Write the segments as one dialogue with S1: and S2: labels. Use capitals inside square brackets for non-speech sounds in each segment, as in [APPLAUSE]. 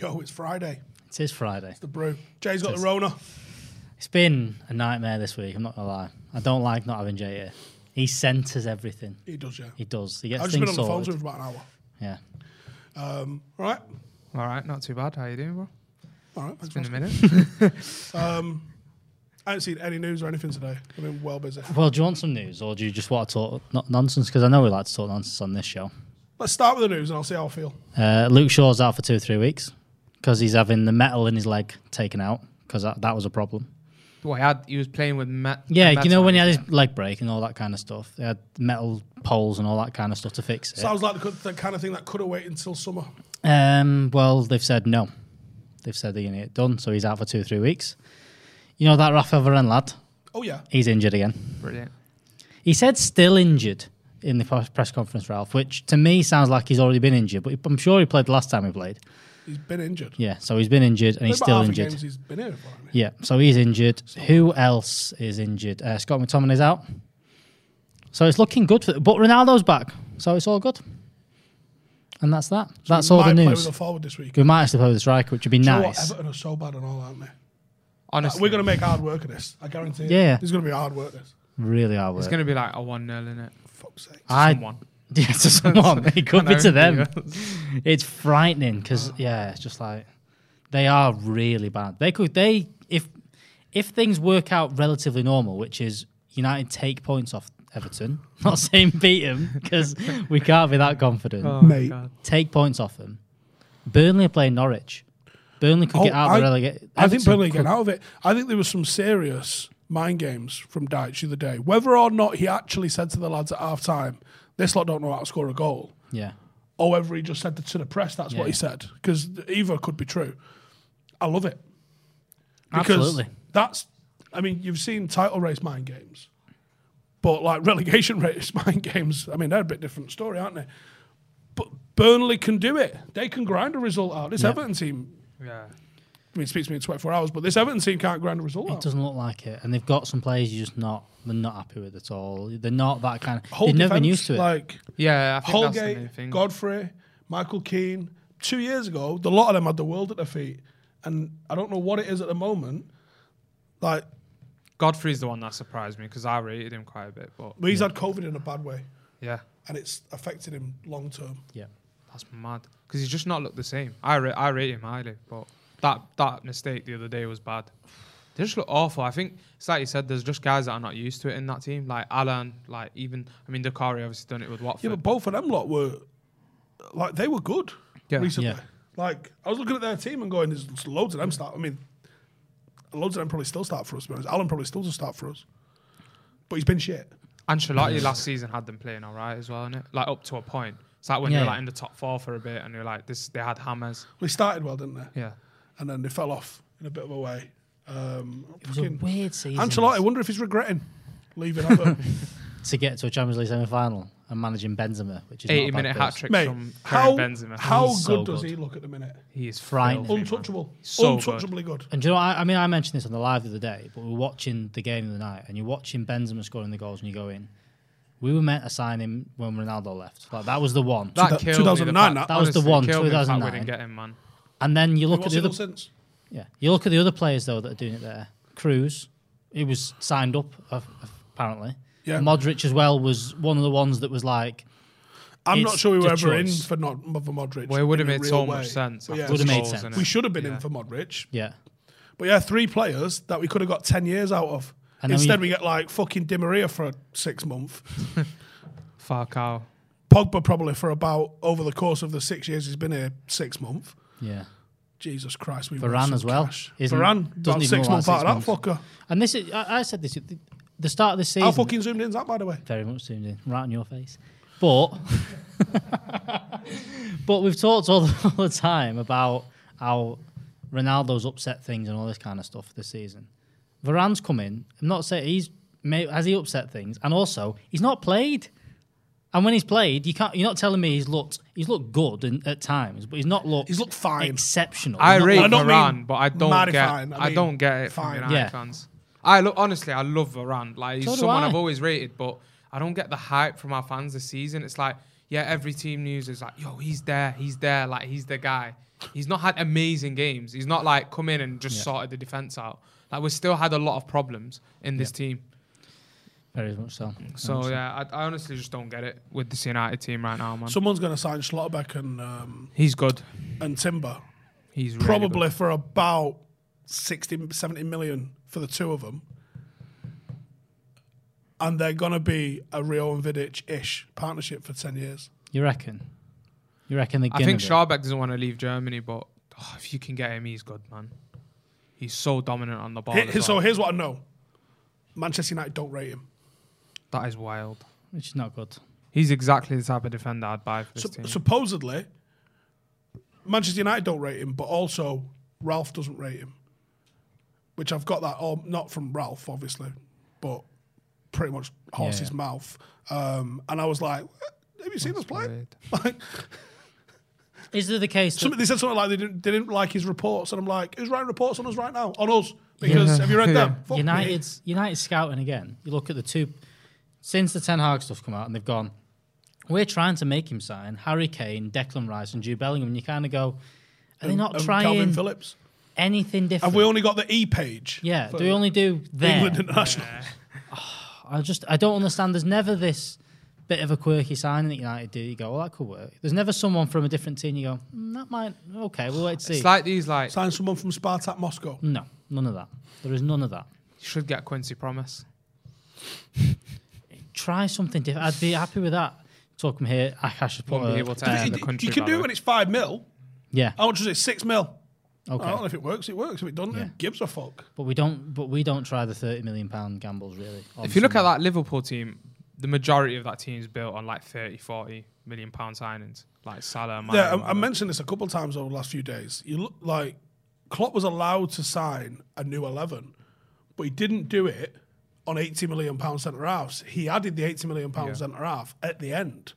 S1: Yo, it's Friday.
S2: It is Friday. It's
S1: the brew. Jay's got the Rona.
S2: It's been a nightmare this week. I'm not gonna lie. I don't like not having Jay here. He centres everything.
S1: He does, yeah.
S2: He does. He gets
S1: I've just
S2: things
S1: been on the phone
S2: sorted.
S1: to him for about an
S2: Yeah.
S1: hour. Um, all right.
S3: All right, not too bad. How you doing, bro?
S1: All right.
S3: It's
S1: Thanks
S3: been a
S1: for
S3: minute.
S1: asking. [LAUGHS] Um, I haven't seen any news or anything today. I've been well busy.
S2: Well, do you want some news, or do you just want to talk not nonsense? Because I know we like to talk nonsense on this show.
S1: Let's start with the news and I'll see how I feel.
S2: Uh, Luke Shaw's out for two or three weeks because he's having the metal in his leg taken out because that, that was a problem.
S3: Well, he, had, he was playing with Matt.
S2: Yeah, you know when he had his leg break and all that kind of stuff. They had metal poles and all that kind of stuff to fix it.
S1: Sounds like the, the kind of thing that could have waited until summer.
S2: Um, well, they've said no. They've said they're going to get it done, so he's out for two or three weeks. You know that Rafael Varane lad?
S1: Oh, yeah.
S2: He's injured again.
S3: Brilliant.
S2: He said still injured in the press conference, Ralph, which to me sounds like he's already been injured, but I'm sure he played the last time he played.
S1: He's been injured.
S2: Yeah, so he's been injured and he's still injured.
S1: he's been here for, hasn't he?
S2: Yeah, so he's injured. Who else is injured? Uh, Scott McTominay is out. So it's looking good, for, but Ronaldo's back, so it's all good. And that's that.
S1: So
S2: that's all
S1: might
S2: the
S1: Play with
S2: news.
S1: a forward this week.
S2: We might actually play with a striker, which would be
S1: Do you know what?
S2: nice.
S1: Everton are so bad and all, aren't they?
S3: Honestly,
S1: We're going to make hard work of this. I guarantee it.
S2: Yeah.
S1: There's going to be hard work this.
S2: Really are
S3: It's
S2: we?
S3: going to be like a one 0 in it.
S1: Fuck's sake.
S2: I-
S3: Someone.
S2: [LAUGHS]
S3: [LAUGHS]
S2: Yeah, to someone. It could be
S3: know,
S2: to them.
S3: yeah.
S2: It's
S3: [GASPS]
S2: frightening because yeah, it's just like they are really bad. They could they if if things work out relatively normal, which is United take points off Everton. [LAUGHS] Not saying beat them
S3: [LAUGHS]
S2: because we can't be that confident.
S3: Oh, my
S1: Mate.
S3: God.
S2: Take points off them. Burnley are playing Norwich. Burnley could
S1: Oh,
S2: get out of the
S1: I-
S2: relegation.
S1: I think Burnley get out of it. I think there was some serious mind games from Dyche the other day. Whether or not he actually said to the lads at half time, this lot don't know how to score a goal,
S2: Yeah,
S1: or whether he just said that to the press, that's what he said. Because either could be true. I love it. Because
S2: absolutely.
S1: That's, I mean, you've seen title race mind games, but like [LAUGHS] relegation race mind games, I mean, they're a bit different story, aren't they? But Burnley can do it. They can grind a result out. This Everton team,
S3: Yeah.
S1: I mean, it speaks to me in 24 hours, but this Everton team can't grind a result
S2: It
S3: Oh.
S1: out.
S2: doesn't look like it, and they've got some players you just not they're not happy with at all. They're not that kind of.
S1: Whole
S2: they've never been
S1: defence,
S2: used to it.
S1: Like
S3: Yeah. I think that's the main
S1: Holgate,
S3: thing.
S1: Godfrey, Michael Keane. Two years ago, the lot of them had the world at their feet, and I don't know what it is at the moment. Like
S3: Godfrey's the one that surprised me because I rated him quite a bit, but
S1: he's had COVID in a bad way,
S3: yeah,
S1: and it's affected him long term.
S2: yeah,
S3: that's mad because he's just not looked the same. I ra- I rate him highly, but that that mistake the other day was bad. They just look awful. I think it's like you said. There's just guys that are not used to it in that team, like Alan, like even I mean, Dakari obviously done it with Watford.
S1: Yeah, but both of them lot were like they were good
S3: Yeah.
S1: recently.
S2: Yeah.
S1: Like I was looking at their team and going, "There's loads of them start." I mean, loads of them probably still start for us. To be honest, Alan probably still does start for us, but he's been shit.
S3: Ancelotti last season had them playing all right as well, innit? Like up to a point. It's like when they
S2: Yeah.
S3: were like in the top four for a bit, and they were like this. They had hammers.
S1: Well, he started well, didn't they?
S3: Yeah,
S1: and then they fell off in a bit of a way. Um,
S2: It was a
S1: fucking-
S2: weird season.
S1: [LAUGHS] Ancelotti, I wonder if he's regretting leaving Everton.
S2: to get to a Champions League semi final and managing Benzema, which is not a
S3: 80
S2: bad
S3: minute
S2: place.
S3: hat trick
S1: Mate,
S3: from
S1: how,
S3: Karen Benzema.
S1: how good
S2: He's so
S1: does
S2: good.
S1: he look at the minute?
S3: he is
S2: Frightening.
S3: filthy, man.
S1: Untouchable.
S3: So good.
S1: Untouchably good.
S2: And do you know, what? I, I mean, I mentioned this on the live the other day, but we were watching the game of the night, and you're watching Benzema scoring the goals, and you go in. We were meant to sign him when Ronaldo left. Like that was the one.
S3: That
S1: That-
S3: killed
S1: 2009,
S3: me.
S1: that-
S2: That was the
S3: honestly,
S2: one,
S3: killed me the fact we
S2: 2009.
S3: didn't get him, man.
S2: and then you look at
S1: What's
S2: the
S1: it
S2: other.
S1: done since?
S2: Yeah, you look at the other players though that are doing it there. Cruz, he was signed up uh, apparently.
S1: Yeah.
S2: Modric as well was one of the ones that was like
S1: I'm
S2: It's
S1: not sure we were
S2: the
S1: ever
S2: choice.
S1: in for, not, for Modric.
S3: Well, it would have
S1: in a
S3: made
S1: real
S3: so
S1: way.
S3: much sense.
S1: But yeah,
S2: Would have made
S3: Goals,
S2: sense.
S3: innit?
S1: We should have been in
S3: Yeah.
S1: for Modric.
S2: yeah.
S1: But yeah, three players that we could have got 10 years out of.
S2: And then
S1: Instead,
S2: we-
S1: we get like fucking Di Maria for six months.
S3: [LAUGHS] Falcao.
S1: Pogba probably for about, over the course of the six years he's been here, six months.
S2: Yeah.
S1: Jesus Christ. We've
S2: Varane as well, isn't-
S1: Varane,
S2: doesn't
S1: about
S2: even
S1: six
S2: look like
S1: months out of
S2: six
S1: that
S2: months.
S1: fucker.
S2: And this is I, I said this at the, the start of the season.
S1: How fucking zoomed in is that, by the way?
S2: very much zoomed in, right on your face. But [LAUGHS] but we've talked all the, [LAUGHS] all the time about how Ronaldo's upset things and all this kind of stuff this season. Varane's come in. I'm not saying he's may, has he upset things, and also he's not played. And when he's played, you can't. You're not telling me he's looked. He's looked good in, at times, but he's not looked.
S1: He's looked fine.
S2: Exceptional.
S3: I
S2: He's not
S3: rate
S1: I
S2: looked-
S1: don't
S3: Varane,
S1: mean
S3: but I don't
S1: mighty
S3: get.
S1: fine, I
S3: I
S1: mean
S3: don't get it
S1: fine.
S3: from United
S2: Yeah.
S3: fans. I look honestly, I love Varane. Like he's
S2: So do
S3: someone
S2: I.
S3: I've always rated, but I don't get the hype from our fans this season. It's like, yeah, every team news is like, yo, he's there, he's there, like he's the guy. He's not had amazing games. He's not like come in and just sorted the defense out. Like we still had a lot of problems in this team.
S2: very much so.
S3: So yeah, I, I honestly just don't get it with this United team right now, man.
S1: Someone's going to sign Schlotterbeck and, um,
S3: he's good.
S1: and Timber.
S3: He's really
S1: probably
S3: good.
S1: for about 60, 70 million for the two of them. And they're going to be a Rio and Vidic ish partnership for 10 years.
S2: You reckon? You reckon the?
S3: I think Scharbeck doesn't want to leave Germany, but oh, if you can get him, he's good, man. He's so dominant on the ball.
S1: Here-
S3: as
S1: so
S3: well.
S1: here's what I know Manchester United don't rate him.
S3: that is wild.
S2: which is not good.
S3: He's exactly the type of defender I'd buy for this
S1: Sup-
S3: team.
S1: supposedly, Manchester United don't rate him, but also Ralph doesn't rate him. Which I've got that, all, not from Ralph, obviously, but pretty much horse's
S2: yeah.
S1: mouth. Um, and I was like, have you seen us play?
S3: weird.
S1: [LAUGHS] Like,
S2: Is there the case? That
S1: Something, they said something like they didn't, they didn't like his reports, and I'm like, who's writing reports on us right now? On us? Because have you read
S2: [LAUGHS]
S1: them? Fuck me. Um,
S2: United's United scouting again. You look at the two since the Ten Hag stuff come out, and they've gone. We're trying to make him sign Harry Kane, Declan Rice, and Jude Bellingham. And you kind of go, are they not
S1: And Calvin
S2: trying
S1: Phillips.
S2: anything different?
S1: Have we only got the E page?
S2: yeah,
S1: for
S2: do we only do there?
S1: England international.
S2: I just I don't understand. There's never this bit of a quirky signing that United do. You go, well, that could work. There's never someone from a different team. You go, mm, that might okay. We'll wait to see.
S3: It's like these, like,
S1: Sign someone from Spartak Moscow.
S2: no, none of that. There is none of that.
S3: you should get Quincy Promise.
S2: [LAUGHS] Try something different. I'd be happy with that. Talk from here. Akash has put
S3: Won't be
S2: a-
S3: able to end
S1: You-
S2: [LAUGHS]
S3: the country.
S1: you can
S3: by
S1: do
S3: the
S1: it when
S3: way.
S1: it's five mil.
S2: yeah.
S1: How much is it? Six mil. I
S2: Okay.
S1: don't know if it works. It works. If it doesn't,
S2: Yeah.
S1: who gives a fuck?
S2: But we don't. But we don't try the thirty million pound gambles really. on
S3: If you look at
S2: someone.
S3: that Liverpool team, the majority of that team is built on like 30, 40 million pound signings, like Salah. Mane,
S1: Yeah, um, I, I
S3: whatever.
S1: mentioned this a couple of times over the last few days. You look like Klopp was allowed to sign a new eleven, but he didn't do it on eighty million pound centre halves. He added the eighty million pound centre half at the end,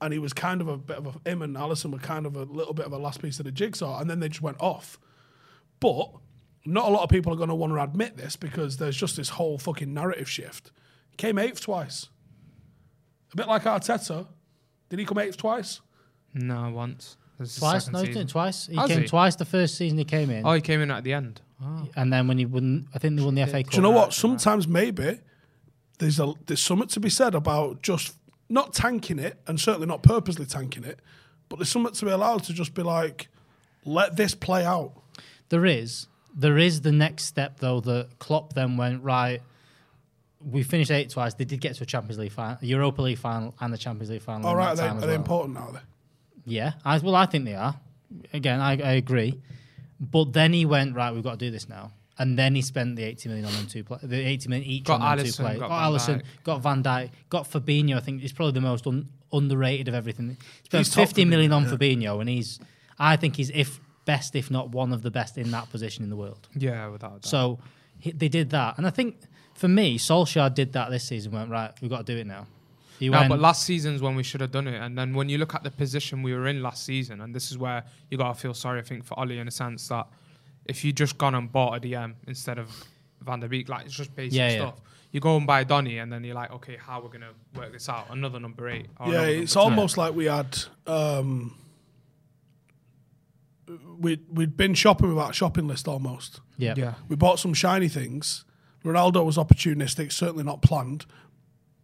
S1: and he was kind of a bit of a him and Allison were kind of a little bit of a last piece of the jigsaw, and then they just went off. But not a lot of people are going to want to admit this because there's just this whole fucking narrative shift. Came eighth twice, a bit like Arteta. Did he come eighth twice?
S3: No, once. This is the
S2: twice,
S3: second
S2: no, he
S3: season.
S2: didn't twice. He
S3: Has
S2: came
S3: he?
S2: twice the first season he came in,
S3: Oh, he came in at the end. Oh.
S2: and then when he won, I think they won the FA Cup.
S1: Do you know what? Sometimes maybe there's a there's something to be said about just not tanking it, and certainly not purposely tanking it. But there's something to be allowed to just be like, let this play out.
S2: There is. There is the next step though that Klopp then went right. We finished eight twice. They did get to a Champions League final, Europa League final, and the Champions League final.
S1: All
S2: in
S1: right, are
S2: that
S1: they,
S2: time
S1: are
S2: as
S1: they
S2: well.
S1: important now? Then?
S2: Yeah, I, well, I think they are. Again, I, I agree. But then he went right. We've got to do this now. And then he spent the eighty million on them two play, the eighty million each
S3: Got
S2: on them two
S3: Alisson,
S2: players.
S3: got
S2: Got
S3: Van
S2: Allison,
S3: Dijk.
S2: got Van Dijk, got Fabinho. I think he's probably the most un, underrated of everything. Spent
S1: He's top
S2: fifty million
S1: Fabinho,
S2: on Fabinho, and he's, I think he's if best, if not one of the best in that position in the world.
S3: Yeah, without a doubt.
S2: So he, they did that, and I think for me, Solskjaer did that this season. Went right. We've got to do it now. He
S3: no,
S2: went-
S3: but last season's when we should have done it. And then when you look at the position we were in last season, and this is where you gotta feel sorry, I think, for Ollie in a sense that if you just gone and bought a DM instead of Van der Beek, like it's just basic
S2: Yeah, yeah.
S3: stuff. You go and buy Donny, and then you're like, okay, how we're gonna work this out? Another number eight. or
S1: yeah,
S3: another number
S1: it's
S3: 10.
S1: almost like we had um, we we'd been shopping without a shopping list almost.
S2: Yeah.
S3: Yeah.
S1: We bought some shiny things. Ronaldo was opportunistic, certainly not planned.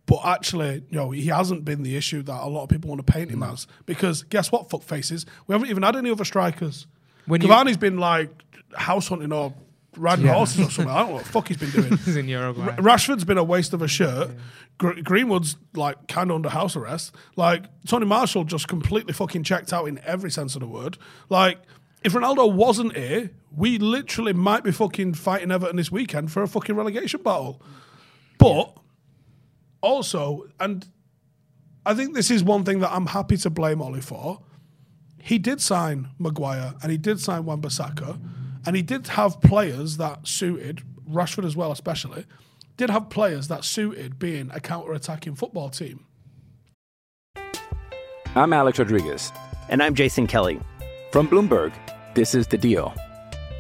S1: But actually, you know, he hasn't been the issue that a lot of people want to paint him as. Because guess what, fuck faces? We haven't even had any other strikers.
S3: When you-
S1: Cavani's been like house hunting or riding horses or something. I don't know what the fuck he's
S3: [LAUGHS]
S1: been doing.
S3: He's in
S1: [LAUGHS]
S3: Uruguay.
S1: Ra- Rashford's been a waste of a shirt. Gr- Greenwood's like kind of under house arrest. Like Tony Marshall just completely fucking checked out in every sense of the word. Like if Ronaldo wasn't here, we literally might be fucking fighting Everton this weekend for a fucking relegation battle. But also, and I think this is one thing that I'm happy to blame Ollie for. He did sign Maguire and he did sign Wan-Bissaka and he did have players that suited Rashford as well, especially. Did have players that suited being a counter-attacking football team.
S4: I'm Alex Rodriguez.
S5: And I'm Jason Kelly.
S4: From Bloomberg, this is The Deal.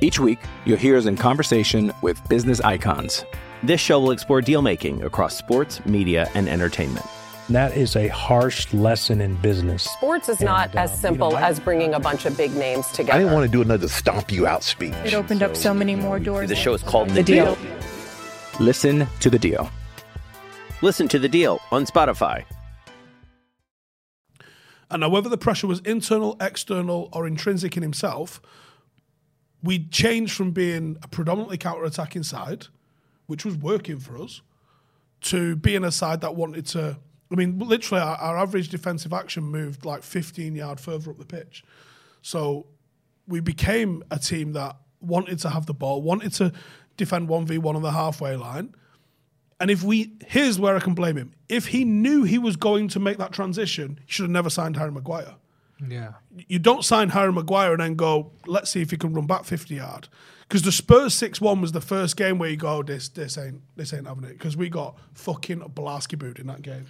S4: Each week, you'll hear us in conversation with business icons.
S5: This show will explore deal making across sports, media, and entertainment.
S6: And that is a harsh lesson in business.
S7: Sports is not as simple as bringing a bunch of big names together.
S8: I didn't want to do another stomp you out speech.
S9: It opened up so many more doors.
S5: The show is called The,
S7: Deal.
S4: Listen to The Deal.
S5: Listen to The Deal on Spotify.
S1: And now, whether the pressure was internal, external, or intrinsic in himself, we changed from being a predominantly counter attacking side, which was working for us, to being a side that wanted to. I mean, literally, our, our average defensive action moved like 15 yard further up the pitch. So we became a team that wanted to have the ball, wanted to defend 1v1 on the halfway line. And if we, here's where I can blame him. If he knew he was going to make that transition, he should have never signed Harry Maguire.
S3: Yeah.
S1: You don't sign Harry Maguire and then go, let's see if he can run back 50 yard. Because the Spurs 6 1 was the first game where you go, "Oh, this this ain't this ain't having it. Because we got fucking Blasky boot in that game.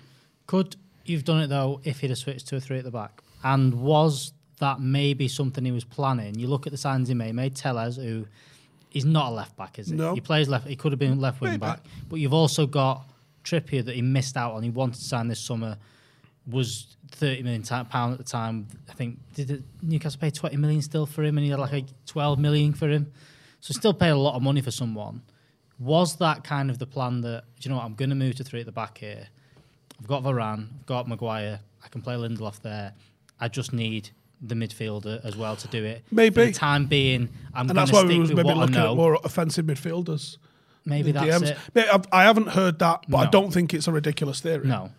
S2: Could you've done it though if he'd have switched two or three at the back? And was that maybe something he was planning? You look at the signs he made. He made Tellez, who he's not a left back, is he?
S1: No.
S2: He plays left. He could have been left wing back. But you've also got Trippier that he missed out on. He wanted to sign this summer. Was thirty million ti- pound at the time. I think did it, Newcastle pay twenty million still for him, and he had like a twelve million for him. So still paid a lot of money for someone. Was that kind of the plan that do you know what I'm going to move to three at the back here? I've got Varane, I've got Maguire, I can play Lindelof there. I just need the midfielder as well to do it.
S1: Maybe.
S2: For the time being,
S1: And
S2: I'm going to
S1: that's why
S2: stick
S1: we was
S2: with
S1: maybe
S2: what I
S1: looking at
S2: know.
S1: more offensive midfielders.
S2: Maybe that's
S1: DMs.
S2: it.
S1: Mate, I've- I haven't heard that, but I
S2: No.
S1: don't think it's a ridiculous theory.
S2: No,
S3: I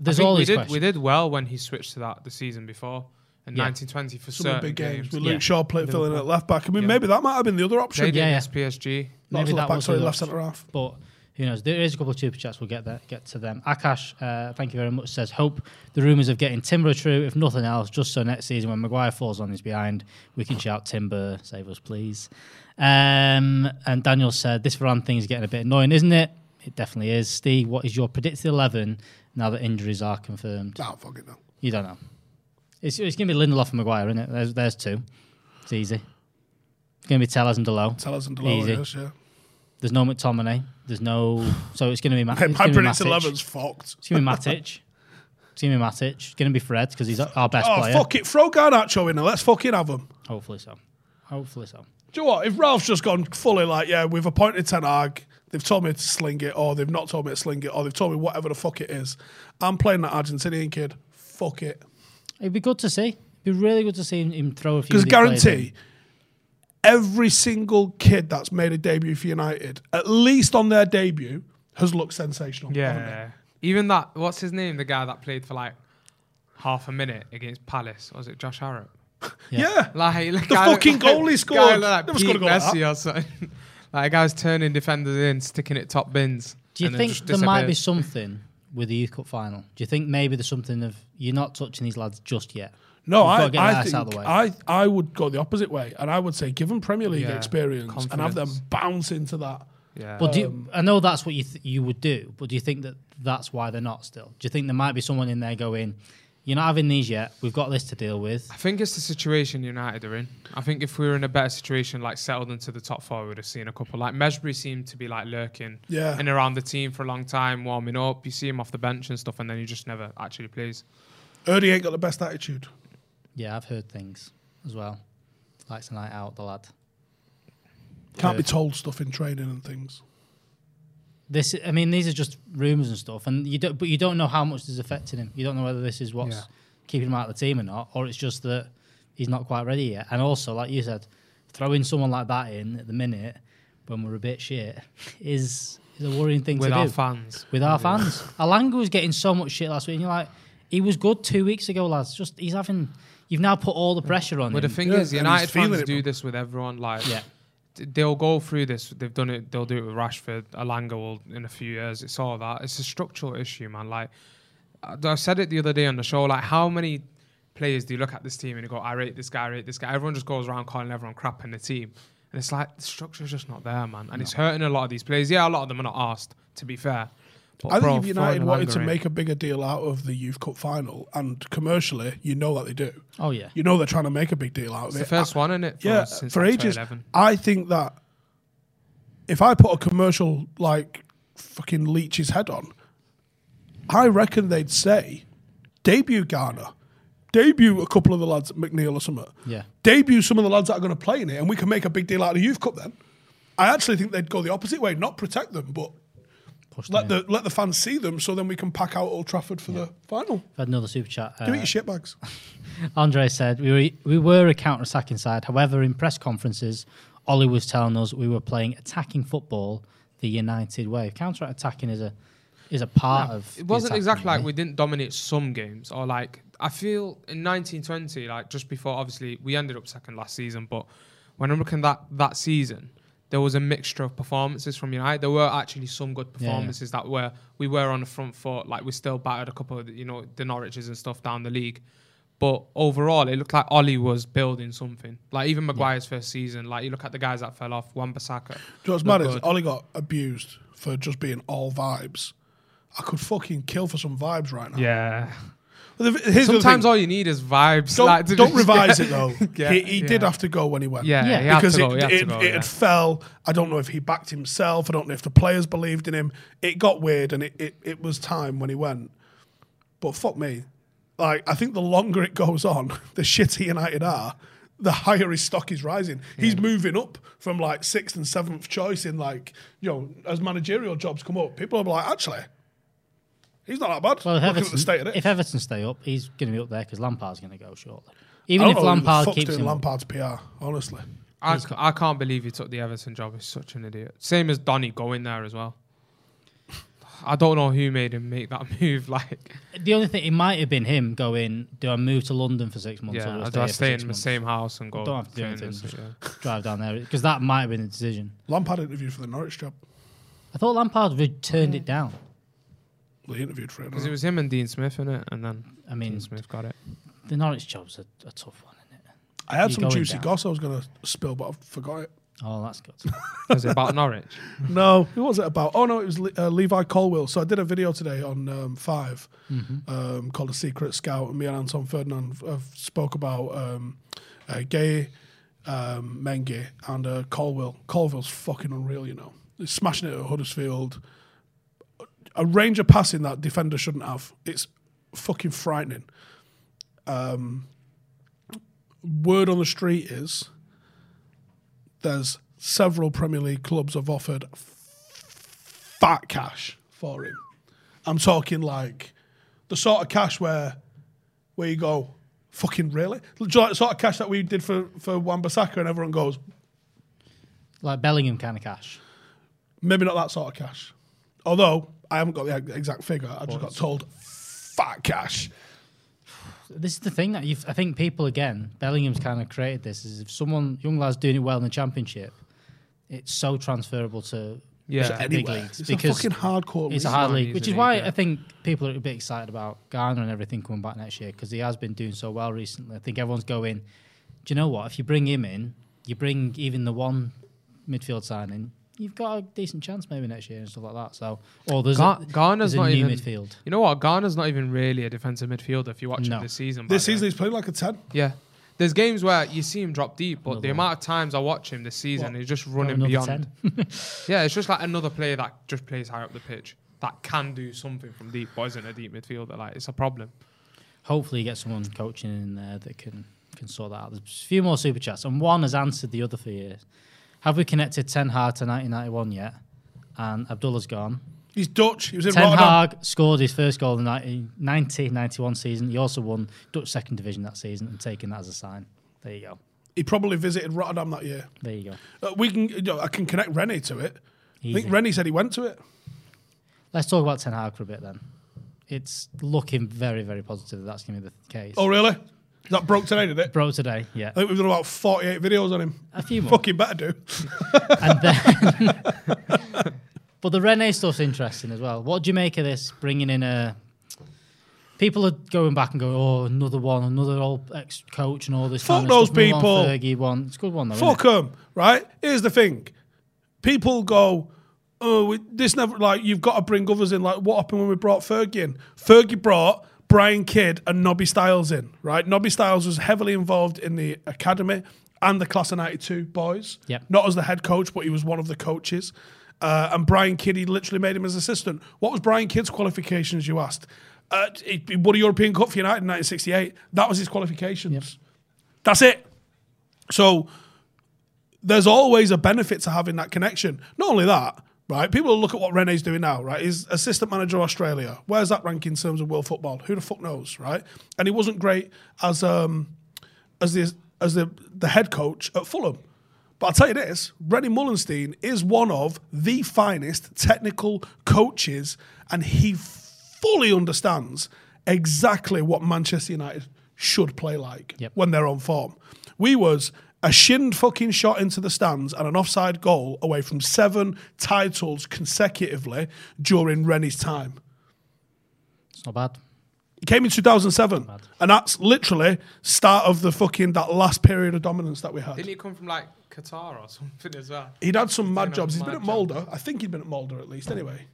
S2: there's
S3: think
S2: all
S3: we
S2: these
S3: did
S2: questions.
S3: we did well when he switched to that the season before in 1920 for
S1: Some of the
S3: certain
S1: big games. With
S3: Yeah.
S1: Luke Shaw play, filling in at
S3: Liverpool.
S1: left back. I mean, maybe that might have been the other
S3: They
S1: option.
S3: did
S2: Yeah, yeah.
S3: against PSG.
S1: Not
S2: Maybe
S1: to left
S2: that
S1: back,
S2: was
S1: sorry,
S2: the
S1: left
S2: option.
S1: centre half.
S2: But who knows? There is a couple of super chats. We'll get there, get to them. Akash, uh, thank you very much. Says hope the rumours of getting Timber are true. If nothing else, just so next season when Maguire falls on his behind, we can shout Timber, save us, please. Um, and Daniel said this Varane thing is getting a bit annoying, isn't it? It definitely is. Steve, what is your predicted eleven now that injuries are confirmed?
S1: Nah, fucking no.
S2: You don't know. It's, it's going to be Lindelof and Maguire, isn't it? There's, there's two. It's easy. It's going to be Tellers and Delo.
S1: Tell us in Delaware,
S2: Easy.
S1: yes, yeah.
S2: There's no McTominay. There's no. So it's going to be Ma-
S1: Hey, [LAUGHS]
S2: it's
S1: my
S2: gonna be
S1: Prince
S2: Matic.
S1: 11's fucked. [LAUGHS]
S2: It's going to be Matic. It's going to be Matic. It's going to be Fred because he's our best
S1: Oh,
S2: player.
S1: fuck it. Throw Garnacho in there. Let's fucking have him.
S2: Hopefully so. Hopefully so.
S1: Do you know what? If Ralph's just gone fully like, yeah, we've appointed Ten Hag, they've told me to sling it, or they've not told me to sling it, or they've told me whatever the fuck it is, I'm playing that Argentinian kid. Fuck it.
S2: It'd be good to see. It'd be really good to see him, him throw a few.
S1: Because
S2: of these players
S1: guarantee, every single kid that's made a debut for United, at least on their debut, has looked sensational. haven't they?
S3: Yeah. Even that, what's his name? The guy that played for like half a minute against Palace. Was it Josh Harrop?
S1: Yeah.
S3: Like, like
S1: The
S3: guy [LAUGHS]
S1: fucking
S3: looked like-
S1: goal he
S3: guy
S1: scored.
S3: looked Like
S1: Never
S3: Never
S1: scored a goal like
S3: Messi
S1: that.
S3: or something. [LAUGHS] like a guy's turning defenders in, sticking it top bins.
S2: Do you
S3: and then
S2: think
S3: just
S2: there might be
S3: disappeared.
S2: something with the Youth Cup final? Do you think maybe there's something of you're not touching these lads just yet?
S1: No,
S2: We've
S1: I,
S2: gotta get
S1: I
S2: their ass
S1: think
S2: out of the way.
S1: I, I would go the opposite way, and I would say give them Premier League
S3: Yeah,
S1: experience and have them
S3: confidence.
S1: bounce into that
S3: Yeah.
S2: But do
S1: Um,
S2: you, I know that's what you th- you would do. But do you think that that's why they're not still? Do you think there might be someone in there going, "You're not having these yet. We've got this to deal with."
S3: I think it's the situation United are in. I think if we were in a better situation, like settled into the top four, we would have seen a couple. Like Mesbury seemed to be like lurking
S1: Yeah.
S3: in around the team for a long time, warming up. You see him off the bench and stuff, and then he just never actually plays.
S1: Erdy ain't got the best attitude.
S2: Yeah, I've heard things as well. Likes a night out, the lad.
S1: Can't be
S2: Yeah.
S1: told stuff in training and things.
S2: This, I mean, these are just rumors and stuff, and you don't. But you don't know how much this is affecting him. You don't know whether this is what's
S3: Yeah.
S2: keeping him out of the team or not, or it's just that he's not quite ready yet. And also, like you said, throwing someone like that in at the minute when we're a bit shit is is a worrying thing
S3: With
S2: to
S3: our
S2: do.
S3: fans.
S2: with our fans. Alanga was getting so much shit last week, and you're like, he was good two weeks ago, lads. Just he's having. You've now put all the pressure on
S3: But the
S2: him.
S3: thing
S1: Yeah,
S3: is,
S1: and he's
S3: United
S1: feeling
S3: fans
S1: it,
S3: do
S1: man.
S3: this with everyone. Like,
S2: Yeah.
S3: d- they'll go through this. They've done it. They'll do it with Rashford, Alanga will in a few years. It's all that. It's a structural issue, man. Like, I I said it the other day on the show. Like, how many players do you look at this team and you go, "I rate this guy, I rate this guy." Everyone just goes around calling everyone crap in the team, and it's like the structure's just not there, man. And it's hurting a lot of these players. Yeah, a lot of them are not asked. To be fair, but
S1: I
S3: bro,
S1: think if United
S3: throwing
S1: wanted
S3: Alanga
S1: to
S3: in-
S1: make a bigger deal out of the Youth Cup final, and commercially, you know that they do.
S2: Oh yeah,
S1: You know they're trying to make a big deal out
S3: it's
S1: of
S3: the
S1: it.
S3: first
S1: I-
S3: one, isn't it? For
S1: yeah,
S3: us since
S1: for
S3: like
S1: ages.
S3: 2011.
S1: I think that if I put a commercial like fucking Leech's head on, I reckon they'd say debut Garner, debut a couple of the lads, McNeil or something.
S2: Yeah.
S1: Debut some of the lads that are going to play in it, and we can make a big deal out of the Youth Cup then. I actually think they'd go the opposite way, not protect them, but
S2: Push them
S1: let
S2: in.
S1: the let the fans see them, so then we can pack out Old Trafford for the final.
S2: I've had another super chat.
S1: Do
S2: uh,
S1: it, your shit bags.
S2: Andre said, we were, we were a counter attacking side. However, in press conferences, Ollie was telling us we were playing attacking football the United way. Counter attacking is a is a part of.
S3: it wasn't
S2: the attacking
S3: exactly like
S2: way.
S3: we didn't dominate some games or like I feel in 1920 like just before obviously we ended up second last season but when I'm looking at that that season there was a mixture of performances from United there were actually some good
S2: yeah.
S3: performances that were we were on the front foot like we still battered a couple of the, you know the Norwiches and stuff down the league but overall it looked like Ollie was building something like even Maguire's first season like you look at the guys that fell off Wan-Bissaka
S1: Do you know
S3: looked
S1: what's mad is
S3: good.
S1: Ollie got abused for just being all vibes. I could fucking kill for some vibes right now.
S3: yeah
S1: But the- here's the
S3: sometimes
S1: thing.
S3: all you need is vibes
S1: don't,
S3: like, to
S1: don't
S3: just
S1: [LAUGHS]
S3: [LAUGHS]
S1: revise
S3: get-
S1: it though.
S3: get-
S1: he he
S3: yeah.
S1: did have to go when he went.
S3: Yeah,
S2: Yeah.
S3: he had
S1: because
S3: to go.
S1: it,
S3: he had
S1: it,
S3: to go,
S1: it
S3: yeah.
S1: had fell. I don't know if he backed himself. I don't know if the players believed in him. It got weird, and it, it, it was time when he went. But fuck me, like I think the longer it goes on, [LAUGHS] the shitter United are, the higher his stock is rising. He's moving up from like sixth and seventh choice in like you know as managerial jobs come up. People are like, actually, he's not that bad.
S2: Well, if
S1: looking at
S2: Everton,
S1: the state of it.
S2: if Everton stay up, he's going to be up there because Lampard's going to go shortly.
S1: I
S2: Even
S1: don't
S2: if
S1: know who the
S2: Lampard
S1: fuck's
S2: keeps
S1: Oh, doing
S2: him.
S1: Lampard's PR, honestly.
S3: I, c- I can't believe you took the Everton job. He's such an idiot. Same as Donny going there as well. I don't know who made him make that [LAUGHS] move. Like,
S2: The only thing, it might have been him going, do I move to London for six months
S3: yeah,
S2: or
S3: do I stay
S2: here
S3: in
S2: for
S3: the
S2: six months?
S3: same house and go?
S2: Don't have to do
S3: train
S2: anything.
S3: and stuff,
S2: just
S3: yeah.
S2: Drive down there because that might have been the decision.
S1: Lampard interviewed for the Norwich job.
S2: I thought Lampard re- turned it down.
S1: Well, he interviewed for it.
S3: 'Cause
S1: huh?
S3: it was him and Dean Smith in it, and then
S2: I mean,
S3: Dean Smith got it.
S2: the Norwich job's a, a tough one, isn't it?
S1: I had
S2: you
S1: some
S2: going
S1: juicy
S2: down?
S1: goss I was going to spill, but I forgot it.
S2: Oh,
S3: [LAUGHS]
S2: that's good.
S3: Was it about Norwich?
S1: [LAUGHS] No, who was it about? Oh no, it was Le- uh, Levi Colwell. So I did a video today on um, 5 um, called "A Secret Scout," and me and Anton Ferdinand have spoke about um, uh, Gay, um, Menge, and uh, Colwell. Colwell's fucking unreal, you know. He's smashing it at Huddersfield. A range of passing that defender shouldn't have. It's fucking frightening. Um, word on the street is there's several Premier League clubs have offered f- fat cash for him. I'm talking like the sort of cash where where you go, fucking really? Do you like the sort of cash that we did for for Wan-Bissaka and everyone goes,
S2: like Bellingham kind of cash.
S1: maybe not that sort of cash. Although I haven't got the ex- exact figure, I just got told fat cash.
S2: This is the thing that you've, I think people again, Bellingham's kind of created this. Is if someone young lads doing it well in the championship, it's so transferable to
S3: Yeah.
S2: big- big
S1: Anyway,
S2: leagues
S1: it's a
S2: because
S1: fucking hardcore.
S2: it's a
S1: league.
S3: It's not
S2: hard
S3: an
S2: league, which
S3: easy
S2: is
S3: league,
S2: why
S3: yeah.
S2: I think people are a bit excited about Garner and everything coming back next year because he has been doing so well recently. I think everyone's going, do you know what? If you bring him in, you bring even the one midfield signing, you've got a decent chance maybe next year and stuff like that. So, or there's
S3: Ga-
S2: a,
S3: Garner's
S2: there's a
S3: not
S2: new
S3: even
S2: midfield.
S3: You know what? Garner's not even really a defensive midfielder. If you watch
S2: No.
S3: him this season, by
S1: This
S3: the way.
S1: season he's played like a ten.
S3: yeah. There's games where you see him drop deep, but the amount of times I watch him this season, he's just running
S2: Another
S3: beyond.
S2: 10. [LAUGHS]
S3: [LAUGHS] Yeah, it's just like another player that just plays high up the pitch that can do something from deep, but isn't a deep midfielder. Like it's a problem.
S2: Hopefully, you get someone coaching in there that can can sort that out. There's a few more super chats, and one has answered the other for you. Have we connected Ten Hag to 1991 yet? And Abdullah's gone.
S1: He's Dutch. He was in
S2: Ten
S1: Rotterdam.
S2: Hag scored his first goal in the 1991 season. He also won Dutch second division that season and taken that as a sign. There you go.
S1: He probably visited Rotterdam that year.
S2: There you go.
S1: Uh, we can. You know, I can connect Rennie to it. I
S2: Easy.
S1: think Rennie said he went to it.
S2: Let's talk about Ten Hag for a bit then. It's looking very, very positive that that's going to be the case.
S1: Oh really? That broke today, did it?
S2: Bro, today, yeah.
S1: I think we've done about forty-eight videos on him.
S2: A few more.
S1: Fucking better do.
S2: And then,
S1: [LAUGHS]
S2: [LAUGHS] but the Rene stuff's interesting as well. What do you make of this? Bringing in a people are going back and going, oh, another one, another old ex coach, and all this.
S1: Fuck
S2: kind of
S1: those
S2: stuff. We want
S1: people.
S2: Fergie one. It's a good one though.
S1: Fuck him, right? Here's the thing: people go, "Oh, we, this never like you've got to bring others in." Like what happened when we brought Fergie in? Fergie brought Brian Kidd and Nobby Styles in, right? Nobby Styles was heavily involved in the academy and the class of '92 boys.
S2: Yep.
S1: Not as the head coach, but he was one of the coaches. Uh, and Brian Kidd, he literally made him his assistant. What was Brian Kidd's qualifications? You asked. Uh, he he won a European Cup for United in 1968. That was his qualifications. That's it. So there's always a benefit to having that connection. Not only that, right? People will look at what Rene's doing now, right? He's assistant manager of Australia. Where's that rank in terms of world football? Who the fuck knows, right? And he wasn't great as um as the as the the head coach at Fulham. But I'll tell you this, Rennie Mullenstein is one of the finest technical coaches, and he fully understands exactly what Manchester United should play like
S2: Yep.
S1: when they're on form. We was a shinned fucking shot into the stands and an offside goal away from seven titles consecutively during Rennie's time.
S2: It's not bad.
S1: He came in 2007, and that's literally start of the fucking that last period of dominance that we had.
S3: Didn't he come from like Qatar or something as well?
S1: He'd had some mad
S3: Kind of
S1: jobs. He's been
S3: mad
S1: at Mulder. I think he'd been at Mulder at least, anyway.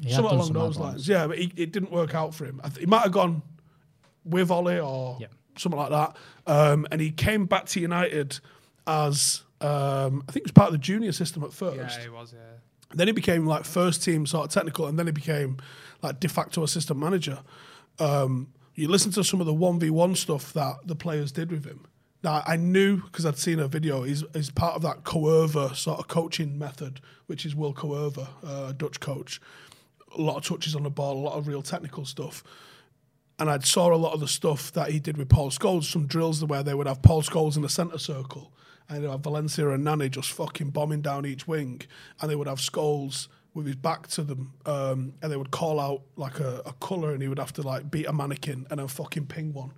S2: He had
S1: Somewhat
S2: done
S1: along
S2: some
S1: those
S2: hard
S1: lines.
S2: ones.
S1: Yeah, but he, it didn't work out for him. I th- he might have gone with Ollie or
S2: Yeah.
S1: something like that. Um, and he came back to United as, um, I think it was part of the junior system at first.
S3: Yeah, he was. Yeah.
S1: Then he became like first team sort of technical, and then he became like de facto assistant manager. Um, you listen to some of the one v one stuff that the players did with him. Now I knew because I'd seen a video. He's, he's part of that Coerva sort of coaching method, which is Will Coerva, uh, a Dutch coach. A lot of touches on the ball, a lot of real technical stuff and I'd saw a lot of the stuff that he did with Paul Scholes, some drills where they would have Paul Scholes in the centre circle and they'd have Valencia and Nani just fucking bombing down each wing and they would have Scholes with his back to them um, and they would call out like a, a colour and he would have to like beat a mannequin and then fucking ping one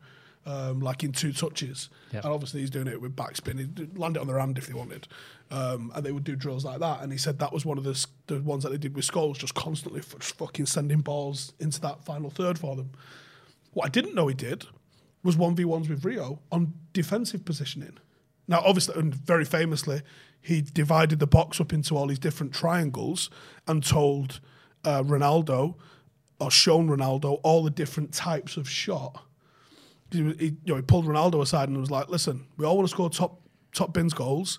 S1: um, like in two touches. And obviously he's doing it with backspin. He'd land it on their hand if they wanted. Um, and they would do drills like that. And he said that was one of the, s- the ones that they did with Scholes, just constantly f- fucking sending balls into that final third for them. What I didn't know he did was 1v1s with Rio on defensive positioning. Now, obviously, and very famously, he divided the box up into all these different triangles and told uh, Ronaldo, or shown Ronaldo, all the different types of shot. He, was- he, you know, he pulled Ronaldo aside and was like, listen, we all want to score top, top bins goals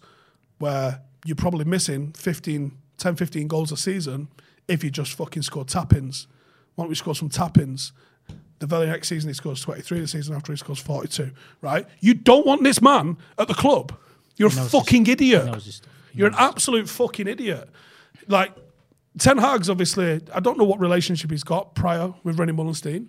S1: where you're probably missing 15, 10, 15 goals a season if you just fucking score tap ins. Why don't we score some tap ins? The very next season he scores 23. The season after he scores 42. Right? You don't want this man at the club. You're a
S2: knows
S1: fucking
S2: his- he
S1: idiot.
S2: knows his stuff. He
S1: You're an
S2: knows his-
S1: absolute fucking idiot. Like Ten Hag's obviously. I don't know what relationship he's got prior with Rennie Mullenstein.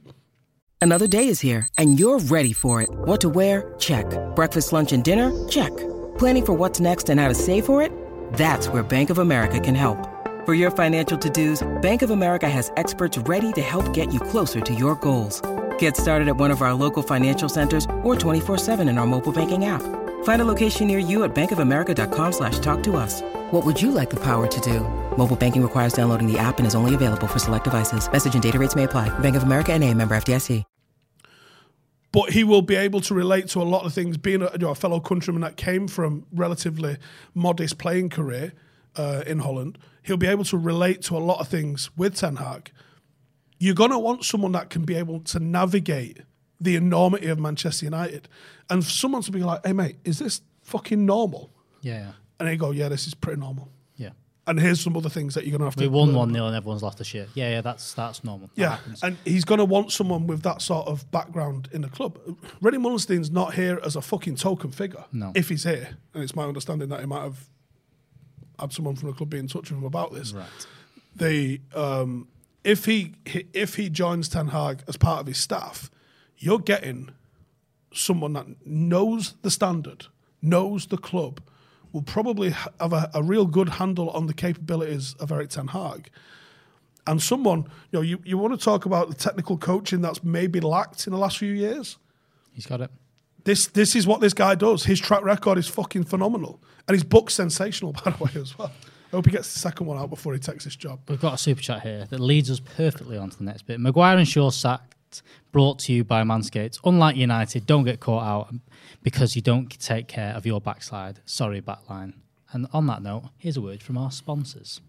S10: Another day is here, and you're ready for it. What to wear? Check. Breakfast, lunch, and dinner? Check. Planning for what's next and how to save for it? That's where Bank of America can help. For your financial to dos, Bank of America has experts ready to help get you closer to your goals. Get started at one of our local financial centers or 24-7 in our mobile banking app. Find a location near you at bankofamerica.com slash talk to us. What would you like the power to do? Mobile banking requires downloading the app and is only available for select devices. Message and data rates may apply. Bank of America and a member FDIC.
S1: but he will be able to relate to a lot of things. Being a, you know, a fellow countryman that came from relatively modest playing career, uh, in Holland, he'll be able to relate to a lot of things with Ten Hag. You're going to want someone that can be able to navigate the enormity of Manchester United. And for someone to be like, hey, mate, is this fucking normal?
S2: Yeah.
S1: And they go, yeah, this is pretty normal.
S2: Yeah.
S1: And here's some other things that you're going to have to
S2: We won
S1: learn.
S2: 1 0 and everyone's laughed the shit. Yeah, yeah, that's that's normal. That
S1: Yeah,
S2: happens.
S1: and he's going to want someone with that sort of background in the club. Rennie Mullenstein's not here as a fucking token figure.
S2: No.
S1: If he's here, and it's my understanding that he might have had someone from the club be in touch with him about this.
S2: Right.
S1: They, um, if he if he joins Ten Hag as part of his staff, you're getting someone that knows the standard, knows the club, will probably ha- have a, a real good handle on the capabilities of Eric Ten Hag. And someone, you know, you, you want to talk about the technical coaching that's maybe lacked in the last few years.
S2: He's got it.
S1: This this is what this guy does. His track record is fucking phenomenal. And his book's sensational, [LAUGHS] by the way, as well. I hope he gets the second one out before he takes this job.
S2: We've got a super chat here that leads us perfectly on to the next bit. Maguire and Shaw sacked, brought to you by Manscaped. Unlike United, don't get caught out because you don't take care of your backslide. Sorry, backline. And on that note, here's a word from our sponsors.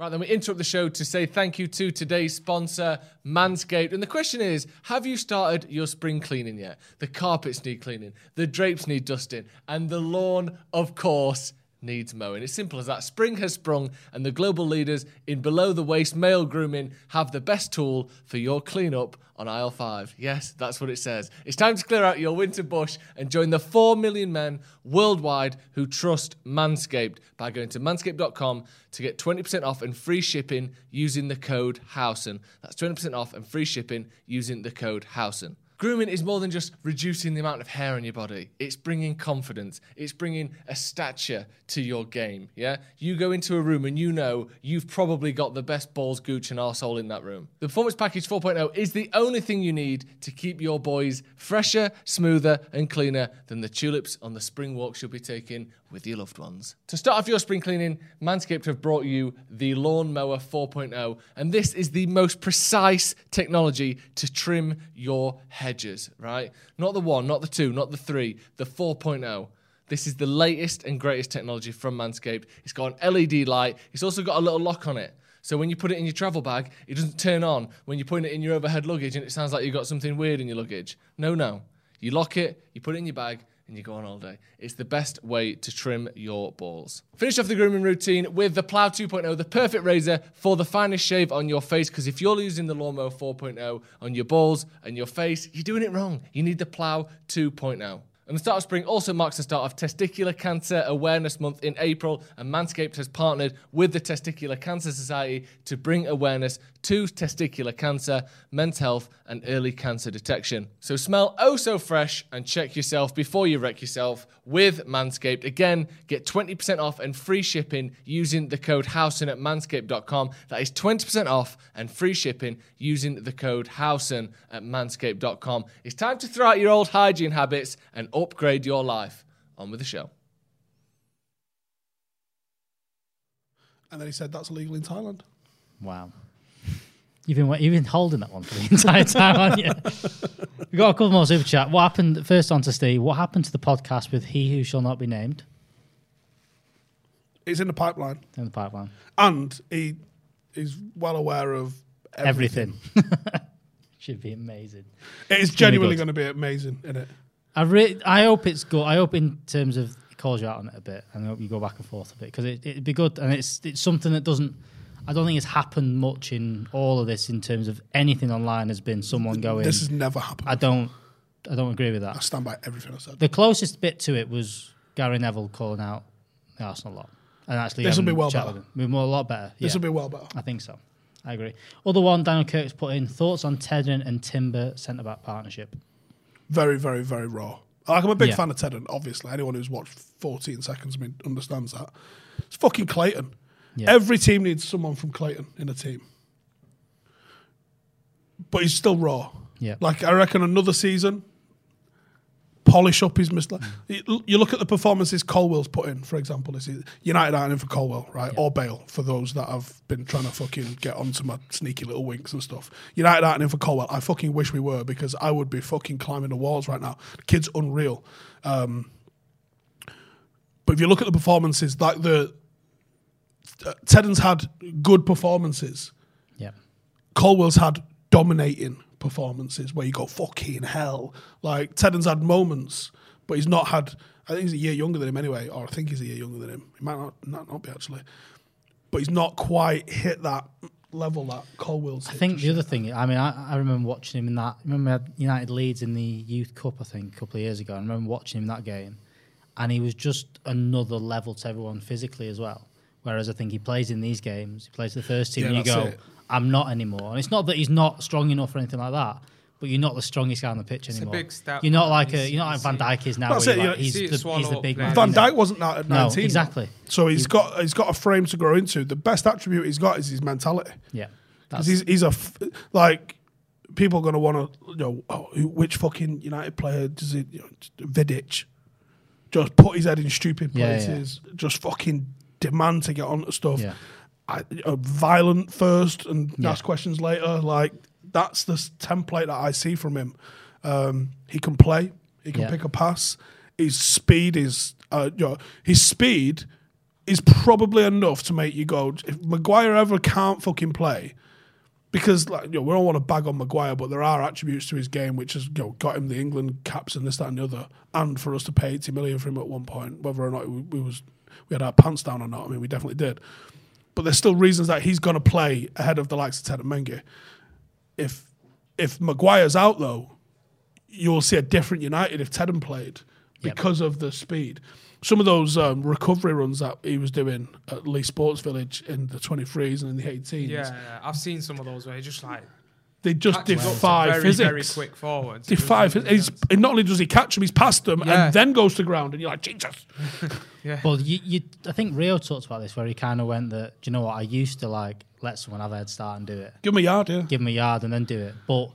S11: Right, then we interrupt the show to say thank you to today's sponsor, Manscaped. And the question is Have you started your spring cleaning yet? The carpets need cleaning, the drapes need dusting, and the lawn, of course, needs mowing. It's simple as that. Spring has sprung, and the global leaders in below the waist male grooming have the best tool for your cleanup on aisle five. Yes, that's what it says. It's time to clear out your winter bush and join the 4 million men worldwide who trust Manscaped by going to manscaped.com Um, to get 20% off and free shipping using the code HOUSEN. That's 20% off and free shipping using the code HOUSEN. Grooming is more than just reducing the amount of hair on your body. It's bringing confidence. It's bringing a stature to your game. Yeah? You go into a room and you know you've probably got the best balls, gooch, and arsehole in that room. The Performance Package 4.0 is the only thing you need to keep your boys fresher, smoother, and cleaner than the tulips on the spring walks you'll be taking with your loved ones. To start off your spring cleaning, Manscaped have brought you the Lawnmower 4.0, and this is the most precise technology to trim your hedges, right? Not the one, not the two, not the three, the 4.0. This is the latest and greatest technology from Manscaped. It's got an LED E light, it's also got a little lock on it. So when you put it in your travel bag, it doesn't turn on when you put it in your overhead luggage and it sounds like you've got something weird in your luggage. No, no. You lock it, you put it in your bag, and you go on all day. It's the best way to trim your balls. Finish off the grooming routine with the Plow 2.0, the perfect razor for the finest shave on your face. Because if you're using the Lawnmower 4.0 on your balls and your face, you're doing it wrong. You need the Plow 2.0. And the start of spring also marks the start of Testicular Cancer Awareness Month in April, and Manscaped has partnered with the Testicular Cancer Society to bring awareness to testicular cancer, men's health, and early cancer detection. So smell oh so fresh and check yourself before you wreck yourself with Manscaped. Again, get 20% off and free shipping using the code Housen at manscaped.com. That is 20% off and free shipping using the code Housen at manscaped.com. It's time to throw out your old hygiene habits and upgrade your life. On with the show.
S1: And then he said, that's illegal in Thailand.
S2: Wow. You've been, wa- you've been holding that one for the entire [LAUGHS] time, haven't you? We've got a couple more super chat. What happened, first on to Steve, what happened to the podcast with He Who Shall Not Be Named
S1: It's in the pipeline.
S2: in the pipeline?
S1: And he is well aware of everything.
S2: Everything. [LAUGHS] Should be amazing.
S1: It is
S2: It's gonna be
S1: genuinely
S2: good.
S1: going to be amazing, isn't it?
S2: I re- I hope it's good. I hope in terms of it calls you out on it a bit, and I hope you go back and forth a bit because it, it'd be good. And it's it's something that doesn't. I don't think it's happened much in all of this in terms of anything online has been someone going.
S1: This has never happened.
S2: I don't. I don't agree with that.
S1: I stand by everything I said.
S2: The closest bit to it was Gary Neville calling out the Arsenal lot, and actually
S1: This'll
S2: having
S1: be
S2: a
S1: well
S2: chat
S1: better.
S2: with him. We're more- a lot better.
S1: This will
S2: yeah.
S1: be well better.
S2: I think so. I agree. Other one, Daniel Kirk's put in thoughts on Tedden and Timber centre back partnership.
S1: Very, very, very raw. Like, I'm a big
S2: Yeah.
S1: fan of Tedden, obviously. Anyone who's watched 14 seconds I mean, understands that. It's fucking Clayton.
S2: Yeah.
S1: Every team needs someone from Clayton in a team. But he's still raw.
S2: Yeah.
S1: Like, I reckon another season, polish up his mistakes. You look at the performances Colwell's put in, for example. This is United aren't in for Colwell, right? Or Bale, for those that have been trying to fucking get onto my sneaky little winks and stuff. United aren't in for Colwell. I fucking wish we were because I would be fucking climbing the walls right now. The kid's unreal. Um, But if you look at the performances, like the uh, Tedden's had good performances.
S2: Yeah.
S1: Colwell's had dominating performances where you go fucking hell. Like Tedden's had moments, but he's not had. I think he's a year younger than him anyway, or I think he's a year younger than him. He might not not, not be actually, but he's not quite hit that level that Colwell's.
S2: I
S1: hit
S2: think
S1: just
S2: the
S1: yet.
S2: other thing, I mean, I, I remember watching him in that. Remember, we had United Leeds in the Youth Cup, I think, a couple of years ago. and I remember watching him in that game, and he was just another level to everyone physically as well. Whereas I think he plays in these games, he plays the first team,
S1: Yeah,
S2: and you
S1: that's
S2: go,
S1: it.
S2: I'm not anymore. And it's not that he's not strong enough or anything like that. But you're not the strongest guy on the pitch
S3: It's a
S2: anymore.
S3: big step,
S2: You're not
S3: man.
S2: like
S3: You
S2: a,
S3: see-
S2: you're not like
S3: you
S2: Van
S3: see-
S2: Dijk is now.
S1: That's
S2: where
S1: it,
S2: you're
S1: you
S2: like,
S1: see
S2: he's,
S3: it
S2: the, he's
S3: swallow
S2: the
S3: up
S2: big
S3: there.
S2: man.
S1: Van
S2: you know?
S1: Dijk wasn't that at
S2: No,
S1: 19.
S2: exactly.
S1: So he's got he's got a frame to grow into. The best attribute he's got is his mentality.
S2: Yeah,
S1: 'Cause he's he's a f- like people are gonna want to you know oh, who- which fucking United player does it you know, Vidic just put his head in stupid
S2: Yeah, yeah.
S1: places, just fucking demand to get onto stuff.
S2: Yeah.
S1: I, you know, violent first and
S2: Yeah.
S1: ask questions later. Like that's the s- template that I see from him. Um, he can play. He can
S2: Yeah.
S1: pick a pass. His speed is, uh, you know, his speed is probably enough to make you go. If Maguire ever can't fucking play, because like you know, we don't want to bag on Maguire, but there are attributes to his game which has you know, got him the England caps and this, that, and the other, and for us to pay eighty million for him at one point, whether or not we, we was we had our pants down or not. I mean, we definitely did. But there's still reasons that he's going to play ahead of the likes of Ted Menge. If if Maguire's out though, you'll see a different United if Tedham played
S2: Yep.
S1: because of the speed. Some of those um, recovery runs that he was doing at Lee Sports Village in the 23s and in the 18s,
S3: Yeah, yeah, I've seen some of those where he just like
S1: they just
S3: catches up to
S1: defy
S3: very,
S1: physics.
S3: Very quick forwards. It
S1: Defy
S3: doesn't
S1: physics.
S3: make
S1: He's,
S3: sense.
S1: and not only does he catch him, he's past them
S3: Yeah.
S1: and then goes to ground, and you're like, Jesus.
S3: Yeah.
S2: Well, you, you, I think Rio talked about this where he kind of went that, do you know what? I used to like let someone have a head start and do it,
S1: Give him a yard, yeah.
S2: give them a yard and then do it.
S1: [LAUGHS]
S2: But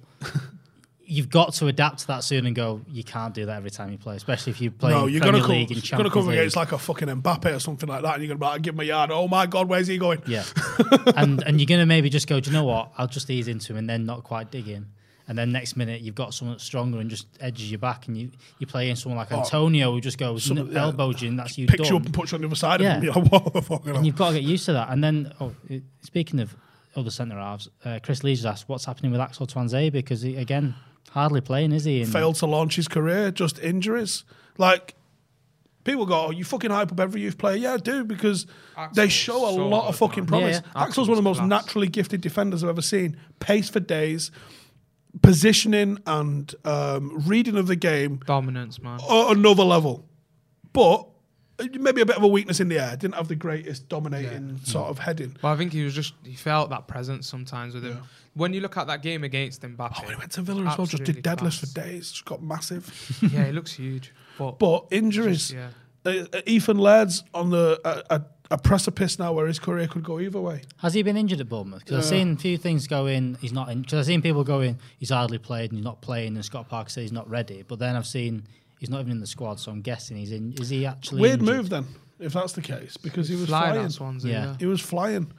S2: you've got to adapt to that soon and go, you can't do that every time you play, especially if you play
S1: no,
S2: in
S1: you're
S2: Premier
S1: gonna come.
S2: League and
S1: You're gonna
S2: Champions
S1: come
S2: League.
S1: against like a fucking Mbappe or something like that, and you're gonna be like, "Give him a yard." Oh my God, where's he going?
S2: yeah.
S1: [LAUGHS]
S2: and, and you're going to maybe just go, do you know what? I'll just ease into him and then not quite dig in. And then next minute, you've got someone that's stronger and just edges you back, and you, you play in someone like Antonio who just goes,
S1: Oh. some-
S2: n-
S1: yeah.
S2: elbows you, and that's you
S1: Picks
S2: done.
S1: you up and puts you on the other side
S2: Yeah.
S1: of him. [LAUGHS] You're like, "Whoa, fucking hell."
S2: And you've got to get used to that. And then, oh, i- speaking of other centre halves, uh, Chris Leeds asked what's happening with Axel Twanzebe because he, again, hardly playing, is he? And
S1: failed to launch his career, just injuries. Like people go, "Oh, you fucking hype up every youth player." Yeah, I do because they
S3: Axel's
S1: show a
S3: so
S1: lot of
S3: good,
S1: fucking
S3: man.
S1: promise.
S2: Yeah,
S3: yeah.
S1: Axel's one of the most
S3: Axel's class.
S1: naturally gifted defenders I've ever seen. Pace for days, positioning and um, reading of the game
S3: dominance, man.
S1: a- another level. But maybe a bit of a weakness in the air. Didn't have the greatest dominating sort of heading.
S3: But I think he was just he felt that presence sometimes with him. When you look at that game against Mbappe,
S1: Oh, when he went to Villa as well, just did
S3: absolutely
S1: deadlifts for
S3: class.
S1: days. Just got massive.
S3: [LAUGHS] yeah, he looks huge. But,
S1: But injuries.
S3: yeah.
S1: Uh, uh, Ethan Laird's on the a, a, a precipice now where his career could go either way.
S2: has he been injured at Bournemouth? Because I've seen a few things go in, he's not in. Because I've seen people go in, he's hardly played and he's not playing, and Scott Parker said he's not ready. But then I've seen he's not even in the squad, so I'm guessing he's in. Is he actually.
S1: Weird
S2: injured?
S1: move then, if that's the case, because he was
S3: Flying
S1: flying.
S3: at Swansea,
S2: Yeah.
S3: yeah.
S1: He was flying.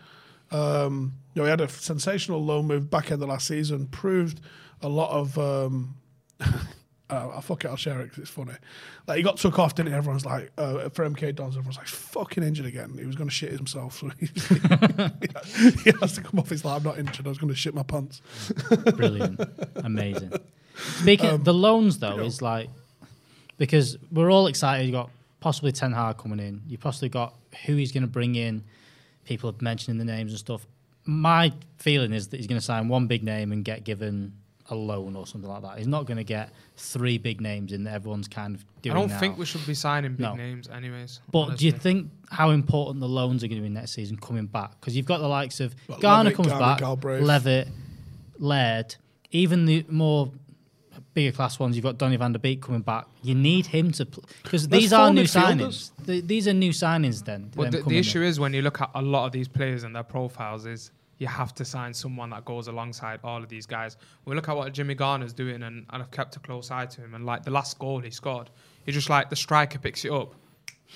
S1: Um, you know, he had a sensational loan move back end of last season. Proved a lot of. Um, [LAUGHS] uh, I'll fuck it. I'll share it because it's funny. Like he got took off, didn't he? Everyone's like, uh, for MK Dons, everyone's like, fucking injured again. He was going to shit himself, [LAUGHS] so he, he has to come off. He's like, I'm not injured. I was going to shit my pants.
S2: Brilliant. Amazing. Speaking the loans though is like because we're all excited, you got possibly Ten Hag coming in, you possibly got who he's gonna bring in, people have mentioning the names and stuff. My feeling is that he's gonna sign one big name and get given a loan or something like that. He's not gonna get three big names in that everyone's kind of
S3: I
S2: doing.
S3: don't
S2: now.
S3: think we should be signing big
S2: No.
S3: names, anyways.
S2: But do you
S3: honestly.
S2: think how important the loans are going to be next season coming back? Because you've got the likes of
S1: Well,
S2: Garner
S1: Levitt,
S2: comes
S1: Garner,
S2: back,
S1: Galbraith.
S2: Levitt, Laird, even the more bigger class ones. You've got Donny Van Der Beek coming back. You need him to because
S1: There's
S2: these are
S1: four
S2: new
S1: midfielders.
S2: signings. The, these are new signings. Then
S3: But
S2: them
S3: the, the
S2: coming
S3: issue
S2: in.
S3: is when you look at a lot of these players and their profiles is you have to sign someone that goes alongside all of these guys. We look at what Jimmy Garner's doing and, and I've kept a close eye to him and like the last goal he scored, he just like the striker picks it up,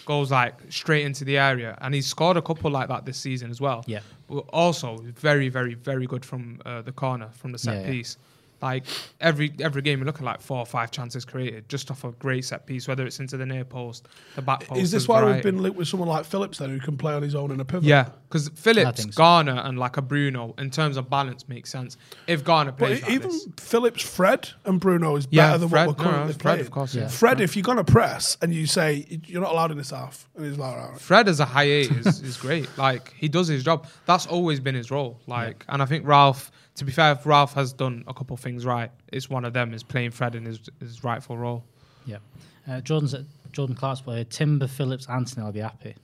S3: goes like straight into the area and he's scored a couple like that this season as well.
S2: Yeah.
S3: But also very, very, very good from uh, the corner, from the set
S2: Yeah, yeah.
S3: piece. Like every every game, we look at like four or five chances created just off a great set piece, whether it's into the near post, the back post.
S1: Is this
S3: there's
S1: why we've
S3: variety.
S1: been linked with someone like Phillips then, who can play on his own in a pivot?
S3: Yeah, because Phillips,
S1: think so.
S3: Garner, and like a Bruno in terms of balance makes sense. If Garner
S1: But e-
S3: plays like
S1: even
S3: this.
S1: Phillips, Fred, and Bruno is
S3: Yeah,
S1: better than
S3: Fred-
S1: what we're
S3: no,
S1: currently
S3: Fred,
S1: playing.
S3: of course, yeah.
S1: Fred, if you're going to press and you say you're not allowed in this half, and he's like, all right.
S3: Fred as a high eight
S2: [LAUGHS]
S3: is, is great. Like he does his job. That's always been his role. Like, and I think Ralph. To be fair, if Ralph has done a couple things right. It's one of them is playing Fred in his, his rightful role.
S2: Yeah. Uh, Jordan's Jordan Clark's player, Timber, Phillips, Anthony, I'll be happy.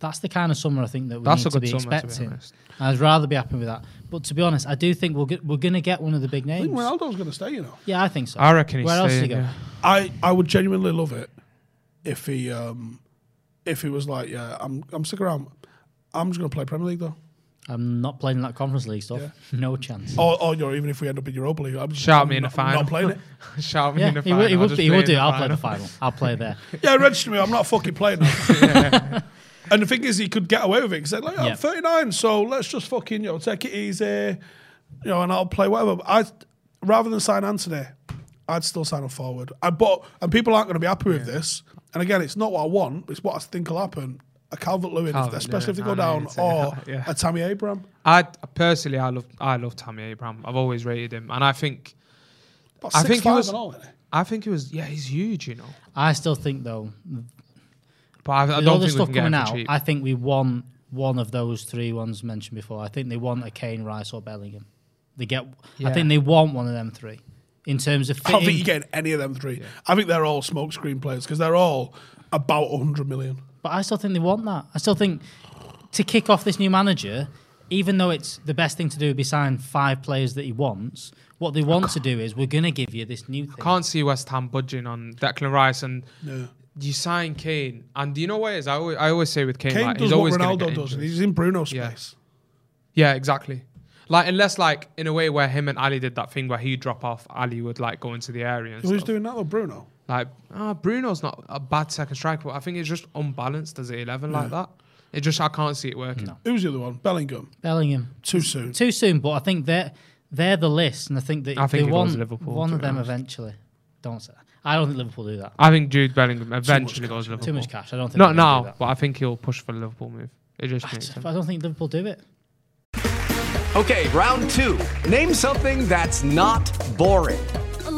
S2: That's the kind of summer I think that we
S3: That's a
S2: need to
S3: good
S2: be
S3: summer, to be
S2: expecting.
S3: honest.
S2: I'd rather be happy with that. But to be honest, I do think we'll get, we're going to get one of the big
S1: I
S2: names.
S1: think Ronaldo's going to stay, you know.
S2: yeah, I think so.
S3: I reckon he's
S2: Where else
S3: staying,
S2: he go?
S3: yeah.
S1: I, I would genuinely love it if he um, if he was like, yeah, I'm I'm sick around. I'm just going to play Premier League though.
S2: I'm not playing that Conference League stuff. No chance.
S1: Or, or you know, even if we end up in Europa League, I'm just
S3: Shout me in
S1: not-
S3: the final. [LAUGHS]
S1: Not playing it.
S3: Shout me
S2: yeah,
S3: in the
S2: he
S3: final.
S2: would, he
S3: I'll
S2: would,
S3: just
S2: be- he
S3: play
S2: would
S3: in
S2: do. I'll play the final. I'll play there.
S1: Yeah, register me. I'm not fucking playing. now. and the thing is, he could get away with it because like, "Oh,
S2: Yeah.
S1: I'm 39, so let's just fucking you know take it easy, you know, and I'll play whatever. But I rather than sign Anthony, I'd still sign a forward. I but and people aren't going to be happy with this. And again, it's not what I want. It's what I think will happen. A Calvert Lewin,
S3: Calvert-Lewin,
S1: especially if they
S3: I
S1: go
S3: know
S1: down,
S3: you'd say
S1: or
S3: that, yeah.
S1: a Tammy Abraham.
S3: [LAUGHS] I personally, I love I love Tammy Abraham. I've always rated him, and I think
S1: About
S3: I think he
S1: 6'5"
S3: was.
S1: and all, isn't he?
S3: I think he was. Yeah, he's huge, you know.
S2: I still think though,
S3: But I, I
S2: with all
S3: don't
S2: this
S3: think we
S2: stuff
S3: can get him
S2: coming
S3: for
S2: out,
S3: cheap.
S2: I think we want one of those three ones mentioned before. I think they want a Kane, Rice, or Bellingham. They get. I
S1: Yeah.
S2: think they want one of them three. In terms of
S1: I
S2: fitting,
S1: don't think you're getting any of them three. I think they're all smokescreen players because they're all about 100 million.
S2: But I still think they want that. I still think to kick off this new manager, even though it's the best thing to do would be sign five players that he wants, what they want to do is we're going to give you this new
S3: I
S2: thing.
S3: can't see West Ham budging on Declan Rice, and
S1: No.
S3: you sign Kane, and do you know what it is? I always, I always say with Kane,
S1: Kane
S3: like,
S1: does
S3: he's
S1: what
S3: always gonna
S1: Ronaldo
S3: get
S1: does,
S3: injured.
S1: and he's in Bruno's
S3: Yeah.
S1: space.
S3: Yeah, exactly. Like unless like in a way where him and Ali did that thing where he'd drop off, Ali would like go into the area. And
S1: Who's
S3: stuff.
S1: doing that though, Bruno?
S3: Like ah, Bruno's not a bad second striker, but I think it's just unbalanced as an eleven
S2: Mm.
S3: like
S1: Yeah.
S3: that. It just I can't see it working.
S1: Who's the other one? Bellingham.
S2: Bellingham.
S1: Too soon.
S2: Too soon, but I think they're, they're the list, and I think that
S3: I think
S2: they
S3: it goes
S2: want
S3: Liverpool,
S2: one
S3: to
S2: of
S3: be
S2: them
S3: honest.
S2: eventually. Don't say that. I don't think Liverpool do that.
S3: I think Jude Bellingham eventually goes Liverpool.
S2: Too much cash. I don't think
S3: Not
S2: they're gonna do
S3: now,
S2: that.
S3: but I think he'll push for the Liverpool move. It just
S2: I
S3: makes
S2: just-
S3: sense.
S2: I don't think Liverpool do it.
S4: Okay, round two. Name something that's not boring.
S12: A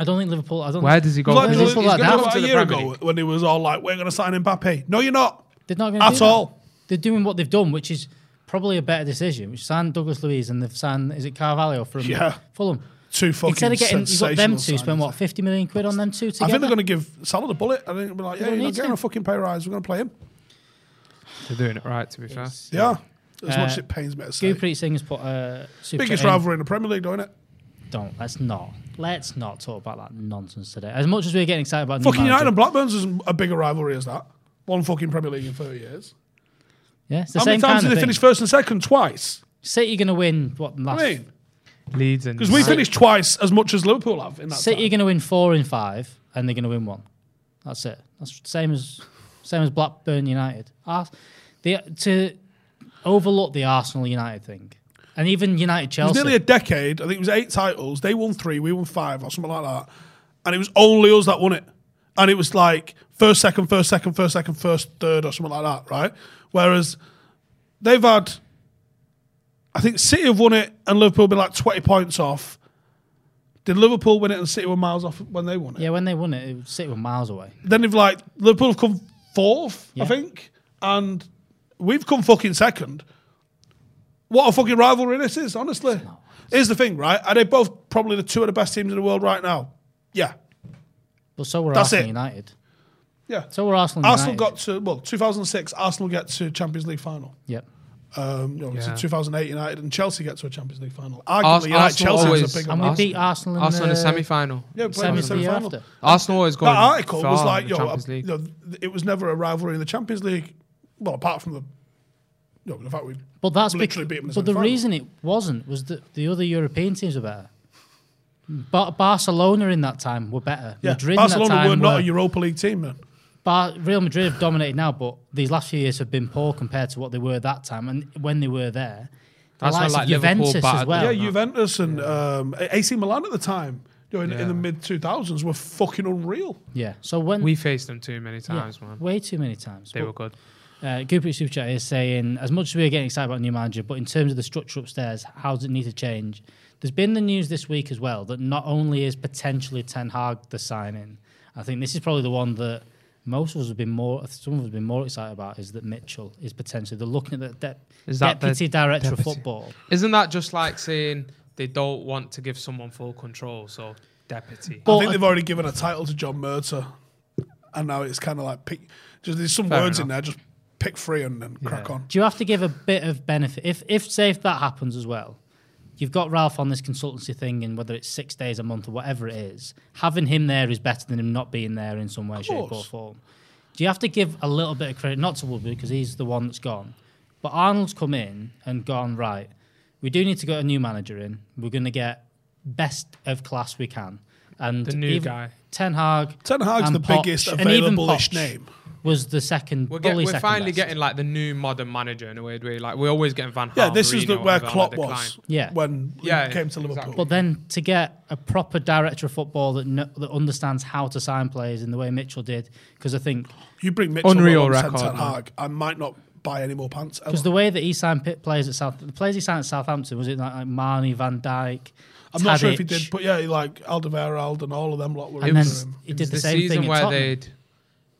S2: I don't think Liverpool. I don't.
S3: Where does he go?
S2: Liverpool
S1: he's
S2: like
S1: gonna
S2: that.
S1: go about a year ago when he was all like, "We're going to sign Mbappe." No, you're not.
S2: They're not going
S1: At all.
S2: They're doing what they've done, which is probably a better decision. Which signed Douglas Luiz and they've signed is it Carvalho from
S1: Yeah.
S2: Fulham.
S1: Two fucking
S2: Instead of getting you got them
S1: sensational
S2: two, spend what fifty million quid on them two
S1: I
S2: together.
S1: think they're going to give Salah the bullet. I think they'll be like,
S2: They
S1: "Yeah,
S2: don't
S1: you're
S2: need
S1: not getting
S2: to.
S1: a fucking pay rise. We're going to play him."
S3: They're doing it right, to be fair.
S1: They are. As
S2: Uh,
S1: much as it pains me to say.
S2: Gurpreet Singh's put uh, super
S1: Biggest
S2: in.
S1: rivalry in the Premier League, don't it?
S2: Don't let's not let's not talk about that nonsense today. As much as we're getting excited about
S1: Fucking
S2: new
S1: United
S2: manager-
S1: and Blackburn's is a bigger rivalry as that. One fucking Premier League in 30 years.
S2: yeah, it's the
S1: How
S2: same
S1: many times
S2: kind
S1: did
S2: of
S1: they
S2: thing.
S1: finish first and second? Twice.
S2: City going to win what in the last
S1: I mean,
S3: Leeds and
S1: because we finished twice as much as Liverpool have in that.
S2: City are going to win four in five, and they're going to win one. That's it. That's same as same as Blackburn United. Ars- the, to overlook the Arsenal United thing, and even United
S1: It was
S2: Chelsea.
S1: nearly a decade. I think it was eight titles. They won three, we won five, or something like that. And it was only us that won it. And it was like first, second, first, second, first, second, first, third, or something like that, right? Whereas they've had, I think City have won it and Liverpool been like 20 points off. Did Liverpool win it and City were miles off when they won it?
S2: yeah, when they won it, it was- City were miles away.
S1: Then they've like, Liverpool have come fourth,
S2: Yeah.
S1: I think. And we've come fucking second. What a fucking rivalry this is, honestly. Here's the thing, right? Are they both probably the two of the best teams in the world right now? Yeah.
S2: But so were
S1: That's
S2: Arsenal
S1: it.
S2: United.
S1: Yeah.
S2: So were Arsenal.
S1: Arsenal
S2: United.
S1: got to, well, 2006, Arsenal get to Champions League final.
S2: Yep.
S1: Um, you know,
S3: Yeah.
S1: so 2008 United and Chelsea get to a Champions League final. Arguably,
S3: Ars-
S1: United
S3: Arsenal
S1: Chelsea
S3: always-
S1: was a big
S3: And we beat Arsenal in Arsenal in the the- semi-final.
S1: Yeah, we played in the
S3: semi-
S1: semi-final.
S3: after. Arsenal always going
S1: That article
S3: far
S1: was
S3: in
S1: like,
S3: the
S1: yo,
S3: Champions
S1: uh,
S3: League.
S1: you know, th- it was never a rivalry in the Champions League. Well, apart from the, you know, the fact we
S2: But that's
S1: literally beat
S2: bec-
S1: them. in
S2: But the
S1: semi-final.
S2: reason it wasn't was that the other European teams were better. Ba- Barcelona in that time were better.
S1: yeah,
S2: Madrid in that
S1: Barcelona
S2: time
S1: were not a
S2: were-
S1: Europa League team, man.
S2: Bar- Real Madrid have dominated now, but these last few years have been poor compared to what they were that time and when they were there. The
S3: That's why,
S2: likes of
S3: like, Liverpool
S2: Juventus as
S3: battered
S2: well.
S1: Yeah, Juventus and um, A- AC Milan at the time, you know, in,
S3: Yeah.
S1: in the mid 2000s, were fucking unreal.
S2: Yeah. So when
S3: we faced them too many
S2: Yeah,
S3: times, man.
S2: way too many times.
S3: They
S2: But,
S3: were good.
S2: Uh, Goopy Super Chat is saying, as much as we are getting excited about new manager, but in terms of the structure upstairs, how does it need to change? There's been the news this week as well that not only is potentially Ten Hag the signing, I think this is probably the one that most of us have been more, some of us have been more excited about, is that Mitchell is potentially, they're looking at the de-
S3: Is that the
S2: deputy director
S3: deputy?
S2: of football.
S3: Isn't that just like saying they don't want to give someone full control, so deputy?
S1: I think they've already given a title to John Murta, and now it's kind of like pick. Just there's some
S3: Fair
S1: words in
S3: enough.
S1: there. Just pick three and then crack on.
S2: Do you have to give a bit of benefit if if say if that happens as well? You've got Ralph on this consultancy thing, and whether it's six days a month or whatever it is, having him there is better than him not being there in some way, shape, or
S1: course.
S2: form. Do you have to give a little bit of credit not to Woodward because he's the one that's gone, but Arnold's come in and gone right. We do need to get a new manager in. We're going to get best of class we can, and
S3: The new
S2: even-
S3: guy.
S2: Ten Hag.
S1: Ten Hag's
S2: and
S1: the biggest
S2: Poch, and even
S1: available-ish
S2: Poch
S1: name.
S2: Was the second.
S3: We're, get,
S2: probably
S3: we're
S2: second
S3: finally
S2: best.
S3: getting like the new modern manager in a weird way. Like we're always getting Van.
S1: Yeah,
S3: Gaal,
S1: this is
S3: Mourinho,
S1: the, where
S3: whatever, on
S1: Klopp
S3: decline.
S1: was
S2: Yeah.
S1: when
S3: Yeah,
S1: he came to Liverpool.
S2: But then to get a proper director of football that kn that understands how to sign players in the way Mitchell did, because I think
S1: You bring Mitchell
S3: Unreal
S1: Unreal
S3: record,
S1: Ten
S3: man.
S1: Hag, I might not buy any more pants. ever.
S2: because the way that he signed pit players at South, the players he signed at Southampton was it like, like Marnie, Van Dyke.
S1: I'm not sure if he did, but yeah, like Alderweireld and all of them lot were
S2: And then
S1: into him.
S2: he did
S3: It's
S2: the same
S3: season
S2: thing at
S3: where
S2: Tottenham.
S3: they'd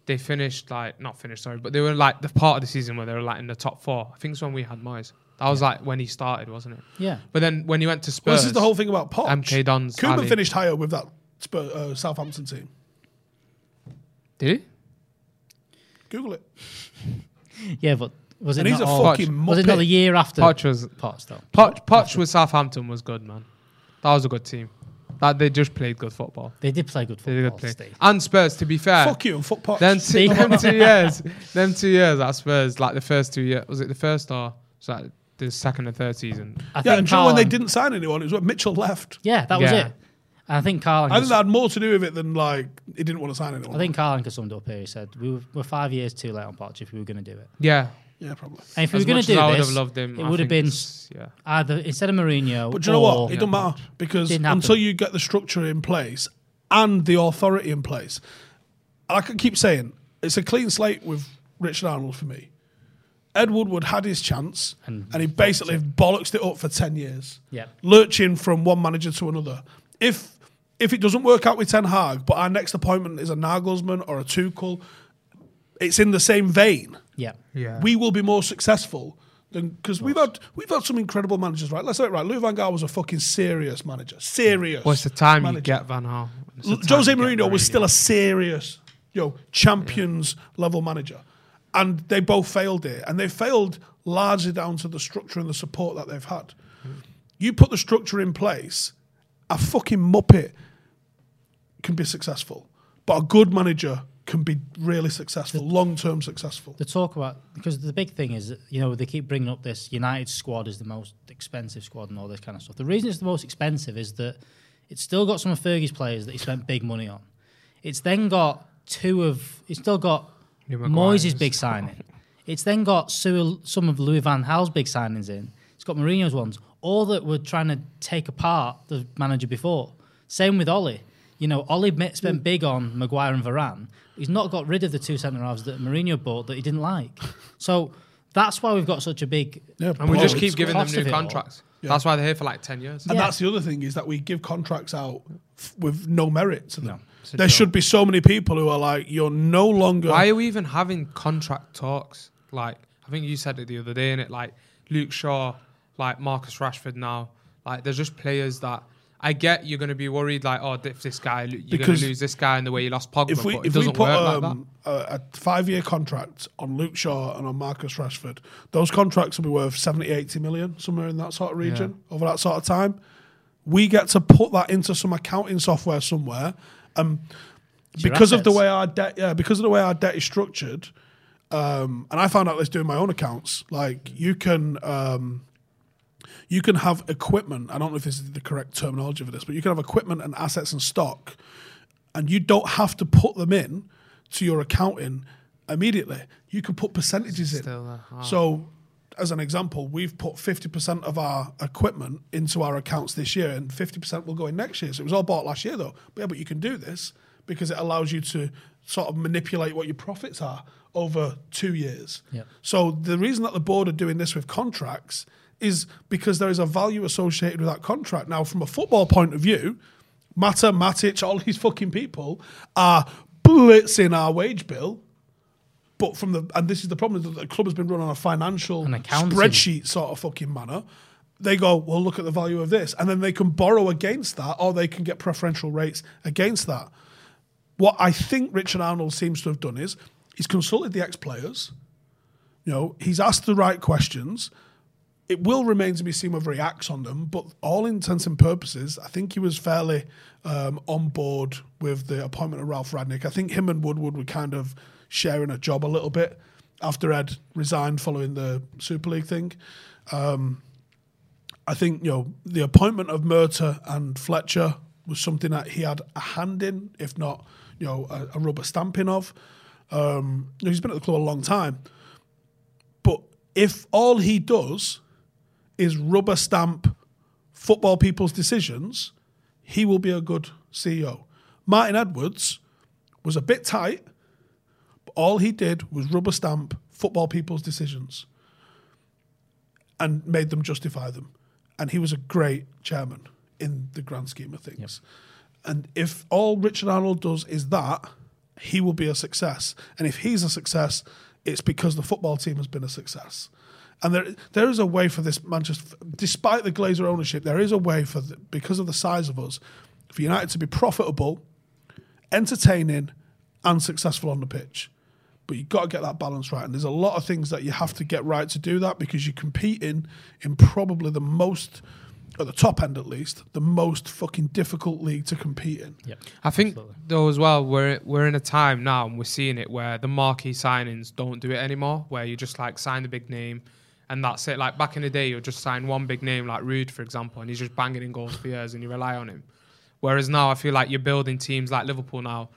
S3: they finished like not finished, sorry, but they were like the part of the season where they were like in the top four. I think it's when we had Moyes. That was like when he started, wasn't it?
S2: Yeah.
S3: But then when he went to Spurs,
S1: Well, this is the whole thing about Poch.
S3: MK Dons.
S1: Koeman
S3: Ali.
S1: finished higher with that Spur, uh, Southampton team.
S3: Did he?
S1: Google it.
S2: Yeah, but was it
S1: And he's
S2: not
S1: a
S2: all-
S1: fucking
S2: was it not
S1: muppet.
S2: the year after
S3: Poch was
S2: Potts though?
S3: Poch, Poch with Southampton was good, man. That was a good team. That they just played good football.
S2: They did play good
S3: They did
S2: football.
S3: good play.
S2: Steve.
S3: And Spurs, to be fair.
S1: Fuck you and fuck Poch.
S3: Them two,
S2: Speak
S3: them
S2: up.
S3: two years, them two years at Spurs, like the first two years, was it the first or was that the second and third season?
S2: I
S1: yeah, and do you know when they
S2: Carlan-
S1: didn't sign anyone, it was when Mitchell left.
S2: Yeah, that was
S3: Yeah.
S2: it. And I think Carlin.
S1: I think that had more to do with it than like he didn't want to sign anyone.
S2: I think Carlin summed it up here. He said we were, we're five years too late on Potch if we were going to do it.
S3: Yeah.
S1: yeah, probably.
S2: And if we
S3: As
S2: were going
S3: much
S2: to do
S3: as I would
S2: this,
S3: have loved him,
S2: it
S3: I
S2: would have
S3: think
S2: been
S3: it's- yeah.
S2: either instead of Mourinho.
S1: But do you know what?
S2: or-
S1: It doesn't matter because
S2: Didn't happen.
S1: until you get the structure in place and the authority in place, like I keep saying, it's a clean slate with Richard Arnold for me. Ed Woodward had his chance and, he basically bollocksed it up for 10 years,
S2: Yeah.
S1: lurching from one manager to another. If if it doesn't work out with Ten Hag, but our next appointment is a Nagelsmann or a Tuchel, it's in the same vein
S2: Yeah.
S3: Yeah.
S1: we will be more successful than because we've had we've had some incredible managers, right? Let's say it right. Lou Van Gaal was a fucking serious manager, serious.
S3: Well, it's the time
S1: manager.
S3: you get Van Gaal. It's the
S1: L-
S3: time
S1: Jose
S3: you get
S1: Mourinho was still a serious, you know, champions level manager, and they both failed it, and they failed largely down to the structure and the support that they've had.
S3: Hmm.
S1: You put the structure in place, a fucking muppet can be successful, but a good manager can be really successful, long term successful.
S2: The talk about because the big thing is that, you know they keep bringing up this United squad is the most expensive squad and all this kind of stuff. The reason it's the most expensive is that it's still got some of Fergie's players that he spent big money on. It's then got two of it's still got
S3: New
S2: Moyes'
S3: Maguires.
S2: big signing. It's then got Sewell- some of Louis Van Gaal's big signings in. It's got Mourinho's ones. All that were trying to take apart the manager before. Same with Ollie. You know, Ollie met,
S1: Mm.
S2: spent big on Maguire and Varane. He's not got rid of the two centre halves that Mourinho bought that he
S1: [LAUGHS]
S2: didn't like. So that's why we've got such a big.
S1: Yeah,
S3: And we just
S1: Well,
S3: keep
S1: it's
S3: giving them
S2: cost
S3: new
S2: of it all.
S3: contracts. That's why they're here for like 10 years.
S1: And
S2: Yeah.
S1: that's the other thing is that we give contracts out f- with no merit to them.
S3: It's a
S1: there
S3: joke.
S1: should be so many people who are like, you're no longer.
S3: Why are we even having contract talks? Like, I think you said it the other day, innit? Like, Luke Shaw, like Marcus Rashford now. Like, there's just players that I get you're going to be worried, like, oh, if this guy, you're going
S1: Because
S3: to lose this guy in the way you lost Pogba,
S1: if we
S3: but it
S1: if we
S3: doesn't
S1: put
S3: work like that.
S1: um, a, a five year contract on Luke Shaw and on Marcus Rashford, those contracts will be worth 70, 80 million, somewhere in that sort of region over that sort of time. We get to put that into some accounting software somewhere, and
S2: It's your
S1: because of the
S2: assets.
S1: way our debt, yeah, because of the way our debt is structured, um, and I found out this doing my own accounts. Like you can. Um, you can have equipment. I don't know if this is the correct terminology for this, but you can have equipment and assets and stock, and you don't have to put them in to your accounting immediately. You can put percentages in. So, as an example, we've put 50% of our equipment into our accounts this year, and 50% will go in next year. So, it was all bought last year, though. But yeah, but you can do this because it allows you to sort of manipulate what your profits are over two years.
S2: Yep.
S1: So the reason that the board are doing this with contracts is because there is a value associated with that contract. Now, from a football point of view, Mata, Matic, all these fucking people are blitzing our wage bill. But from the and this is the problem is that the club has been run on a financial
S2: An accounting.
S1: spreadsheet sort of fucking manner. They go, well, look at the value of this, and then they can borrow against that, or they can get preferential rates against that what I think Richard Arnold seems to have done is he's consulted the ex players. You know, he's asked the right questions. It will remain to be seen whether he acts on them, but all intents and purposes, I think he was fairly um, on board with the appointment of Ralph Radnick. I think him and Woodward were kind of sharing a job a little bit after Ed resigned following the Super League thing. Um, I think you know the appointment of Murta and Fletcher was something that he had a hand in, if not you know a, a rubber stamping of. Um, you know, he's been at the club a long time, but if all he does is rubber stamp football people's decisions, he will be a good CEO. Martin Edwards was a bit tight, but all he did was rubber stamp football people's decisions and made them justify them. And he was a great chairman in the grand scheme of things. And if all Richard Arnold does is that, he will be a success. And if he's a success, it's because the football team has been a success. And there, there is a way for this Manchester, despite the Glazer ownership, there is a way for, the, because of the size of us, for United to be profitable, entertaining, and successful on the pitch but you've got to get that balance right. And there's a lot of things that you have to get right to do that because you're competing in probably the most, at the top end at least, the most fucking difficult league to compete in.
S3: I think though as well, we're we're in a time now, and we're seeing it where the marquee signings don't do it anymore. Where you just like sign the big name, and that's it. Like back in the day, you'll just sign one big name, like Rude, for example, and he's just banging in goals for years, and you rely on him. Whereas now, I feel like you're building teams like Liverpool now.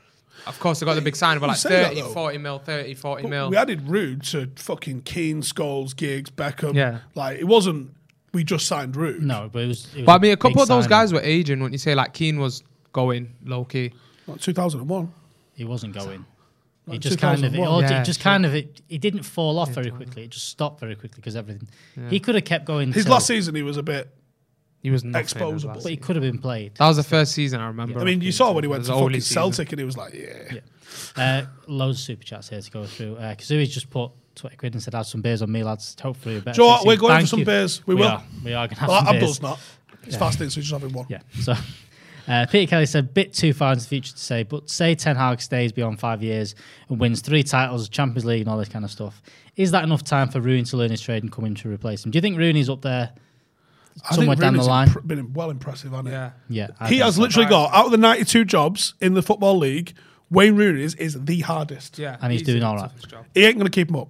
S3: Of course, they got the big signing, but
S1: You
S3: like
S1: say that
S3: 30,
S1: though.
S3: 40 mil, 30, 40
S1: But
S3: mil.
S1: We added Rude to fucking Keane, Scholes, Giggs, Beckham.
S3: Yeah.
S1: Like it wasn't, we just signed Rude.
S2: No, but it was. It was
S3: But I mean, a couple
S2: big
S3: of those
S2: signing.
S3: guys were aging. Wouldn't you say like Keane was going low key?
S1: Like 2001.
S2: He wasn't going.
S1: Like
S2: it just kind of, it, all,
S1: 2001.
S2: it
S1: Yeah,
S2: just kind of, it, it didn't fall off very quickly. It just stopped very quickly because everything. He could have kept going.
S1: His
S2: till-
S1: last season, he was a bit
S3: He was nothing as
S1: exposable.
S3: last
S2: but he could have been played.
S3: That was the first season I remember.
S1: I mean, you saw when he went
S3: It was
S1: to
S3: the only
S1: fucking
S3: season.
S1: Celtic and he was like, yeah.
S2: Uh, loads of super chats here to go through. Uh, Kazui's just put twenty quid and said, "Have some beers on me, lads. Hopefully, a better."
S1: Do you know what?
S2: fixing."
S1: We're going
S2: Thank
S1: for some
S2: you.
S1: beers. We,
S2: we
S1: will.
S2: Are. We are going to have
S1: Well,
S2: some
S1: Abdul's
S2: beers.
S1: not. It's
S2: Yeah.
S1: fasting, so he's just having one.
S2: Yeah. So uh, Peter Kelly said, bit too far into the future to say, but say Ten Hag stays beyond five years and wins three titles, Champions League, and all this kind of stuff. Is that enough time for Rooney to learn his trade and come in to replace him? Do you think Rooney's up there
S1: I
S2: somewhere
S1: think
S2: down the
S1: Rooney's
S2: line?
S1: impr- been well impressive, hasn't he?
S3: Yeah.
S2: yeah. I
S1: he
S2: think
S1: has
S2: so.
S1: literally got out of the 92 jobs in the football league. Wayne Rooney's is the hardest.
S3: Yeah,
S2: And he's doing all right.
S1: He ain't going to keep him up.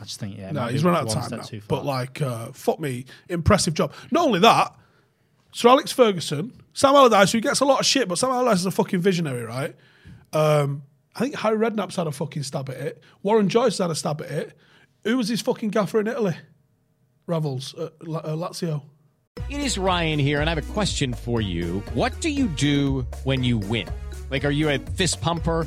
S2: I just think, yeah.
S1: no,
S2: might
S1: he's
S2: be
S1: run out of
S2: one
S1: time
S2: step
S1: now.
S2: too far.
S1: But like, uh, fuck me, impressive job. Not only that, Sir Alex Ferguson, Sam Allardyce, who gets a lot of shit, but Sam Allardyce is a fucking visionary, right? Um, I think Harry Redknapp's had a fucking stab at it. Warren Joyce had a stab at it. Who was his fucking gaffer in Italy? Ravels, uh, La- uh, Lazio.
S13: It is Ryan here, and I have a question for you. What do you do when you win? Like, are you a fist pumper?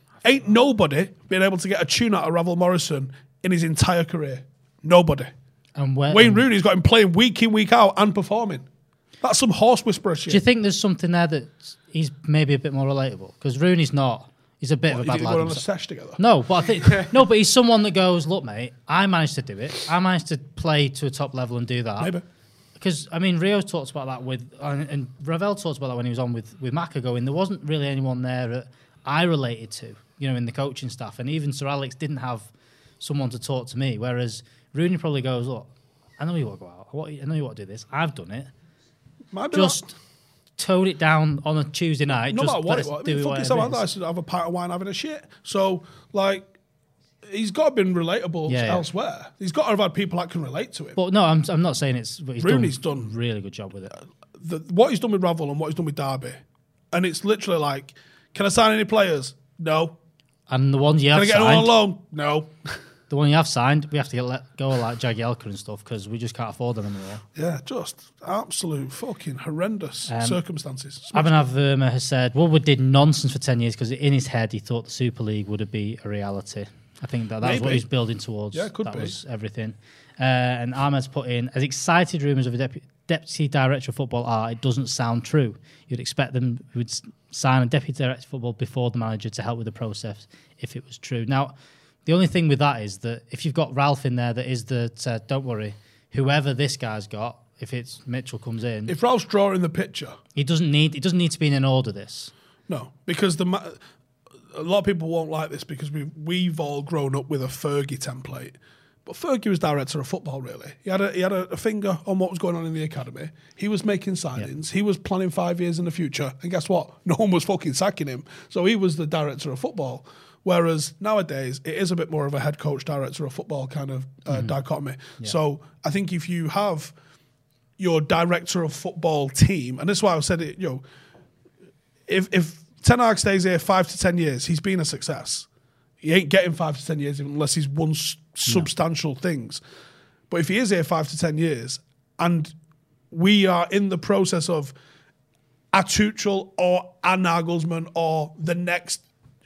S1: ain't nobody been able to get a tune out of Ravel Morrison in his entire career. Nobody.
S2: And where,
S1: Wayne Rooney's got him playing week in, week out and performing. That's some horse whisperer shit.
S2: Do you think there's something there that he's maybe a bit more relatable? Because Rooney's not. He's a bit of a
S1: Did
S2: bad
S1: they
S2: lad.
S1: go on a
S2: himself.
S1: sesh together?
S2: No, but I think no, but he's someone that goes, look, mate, I managed to do it. I managed to play to a top level and do that.
S1: Maybe.
S2: Because I mean, Rio talks about that with, and, and Ravel talks about that when he was on with with Maka, going there wasn't really anyone there that I related to, you know, in the coaching staff, and even Sir Alex didn't have someone to talk to me. Whereas Rooney probably goes, look, I know you want to go out, I, want you- I know you want to do this, I've done it.
S1: Might be
S2: just tone it down on a Tuesday night.
S1: no
S2: just
S1: matter what it
S2: let's
S1: was. I
S2: do
S1: mean,
S2: it
S1: fuck it's
S2: whatever
S1: like
S2: it
S1: that.
S2: is.
S1: I should have a pint of wine having a shit. So, like, he's got to been relatable
S2: Yeah, yeah.
S1: elsewhere. He's got to have had people that can relate to him.
S2: But no, I'm, I'm not saying it's. but He's
S1: Rooney's
S2: done, a really good job with it.
S1: the, what he's done with Ravel and what he's done with Derby, and it's literally like, can I sign any players? No.
S2: And the ones you
S1: Can
S2: have
S1: I get anyone
S2: signed,
S1: on loan? No.
S2: the one you have signed, we have to get let go of like Jagielka and stuff because we just can't afford them anymore.
S1: Yeah, just absolute fucking horrendous
S2: Um,
S1: circumstances.
S2: Abhinav Verma has said Woodward did nonsense for ten years because in his head he thought the Super League would be a reality. I think that that was what
S1: Maybe.
S2: he's building towards.
S1: Yeah, it could
S2: that
S1: be.
S2: was everything. Uh, and Ahmed's put in as excited rumours of a depu- deputy director of football are. It doesn't sound true. You'd expect them would s- sign a deputy director of football before the manager to help with the process if it was true. Now, the only thing with that is that if you've got Ralph in there, that is that uh, don't worry, whoever this guy's got, if it's Mitchell comes in,
S1: if Ralph's drawing the picture,
S2: he doesn't need. It doesn't need to be in an order. This.
S1: no, because the ma- a lot of people won't like this because we we've all grown up with a Fergie template. But Fergie was director of football. Really, he had a, he had a, a finger on what was going on in the academy. He was making signings. He was planning five years in the future. And guess what? [LAUGHS] No one was fucking sacking him. So he was the director of football. Whereas nowadays it is a bit more of a head coach director of football kind of uh, dichotomy. So I think if you have your director of football team, and this is why I said it. You know, if if Ten Hag stays here five to ten years, he's been a success. He ain't getting five to ten years unless he's won s- substantial things. But if he is here five to ten years, and we are in the process of a Tuchel or a Nagelsmann or the next,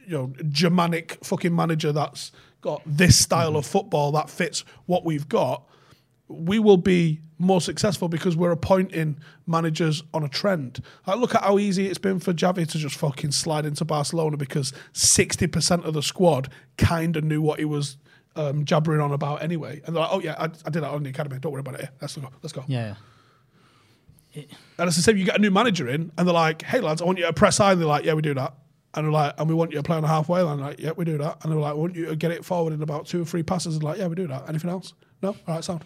S1: you know, Germanic fucking manager that's got this style of football that fits what we've got, we will be more successful because we're appointing managers on a trend. Like, look at how easy it's been for Javi to just fucking slide into Barcelona because 60% of the squad kind of knew what he was um, jabbering on about anyway. And they're like, oh, yeah, I, I did that on the academy. Don't worry about it. Here. Let's go. Let's go.
S2: Yeah.
S1: And it's the same, you get a new manager in, and they're like, hey, lads, I want you to press high. And they're like, yeah, we do that. And they're like, and we want you to play on the halfway line. Like, yeah, we do that. And they're like, I want you to get it forward in about two or three passes. And like, yeah, we do that. Anything else? No? All right, sound.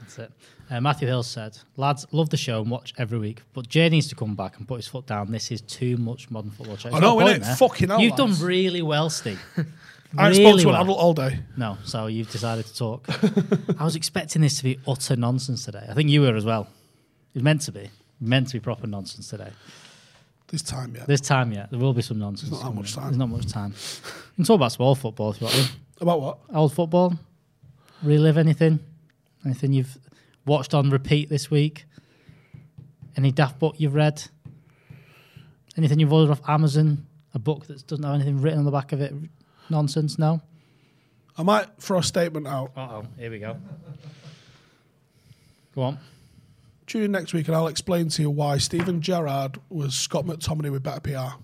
S2: That's it. Uh, Matthew Hill said, "Lads, love the show and watch every week, but Jay needs to come back and put his foot down. This is too much modern football." Chat.
S1: I
S2: There's no
S1: know, innit?
S2: point there.
S1: Fucking hell,
S2: eh? You've
S1: lads.
S2: done really well, Steve.
S1: [LAUGHS] I spoke
S2: Really
S1: to an
S2: well.
S1: adult all day.
S2: No, so you've decided to
S1: [LAUGHS]
S2: talk. I was expecting this to be utter nonsense today. I think you were as well. It was meant to be. Meant to be proper nonsense today.
S1: This time, yeah.
S2: There's time yet. There will be some nonsense.
S1: There's not that much
S2: coming.
S1: time.
S2: There's not much time. We can talk about some old football if you want. to.
S1: About what?
S2: Old football. Relive anything. Anything you've watched on repeat this week. Any daft book you've read. Anything you've ordered off Amazon. A book that doesn't have anything written on the back of it. Nonsense. No.
S1: I might throw a statement out.
S2: Uh oh. Here we go. Go on.
S1: Tune in next week and I'll explain to you why Stephen Gerrard was Scott McTominay with better PR.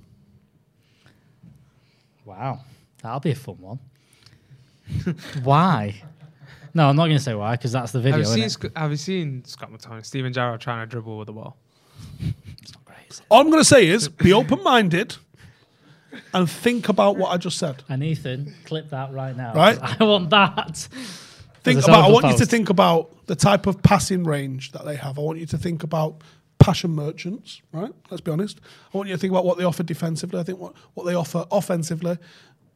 S2: Wow. That'll be a fun one. [LAUGHS] why? No, I'm not going to say why because that's the video.
S3: have, you seen,
S2: innit?
S3: Sc- have you seen Scott McTominay, Steven Gerrard trying to dribble with the ball?
S1: All I'm going to say is be open minded and think about what I just said.
S2: And Ethan, clip that right now.
S1: Right.
S2: 'cause I want that.
S1: Think
S2: As a
S1: about. I
S2: sample
S1: want you to
S2: post.
S1: think about the type of passing range that they have. I want you to think about passion merchants. Right. Let's be honest. I want you to think about what they offer defensively. I think what, what they offer offensively.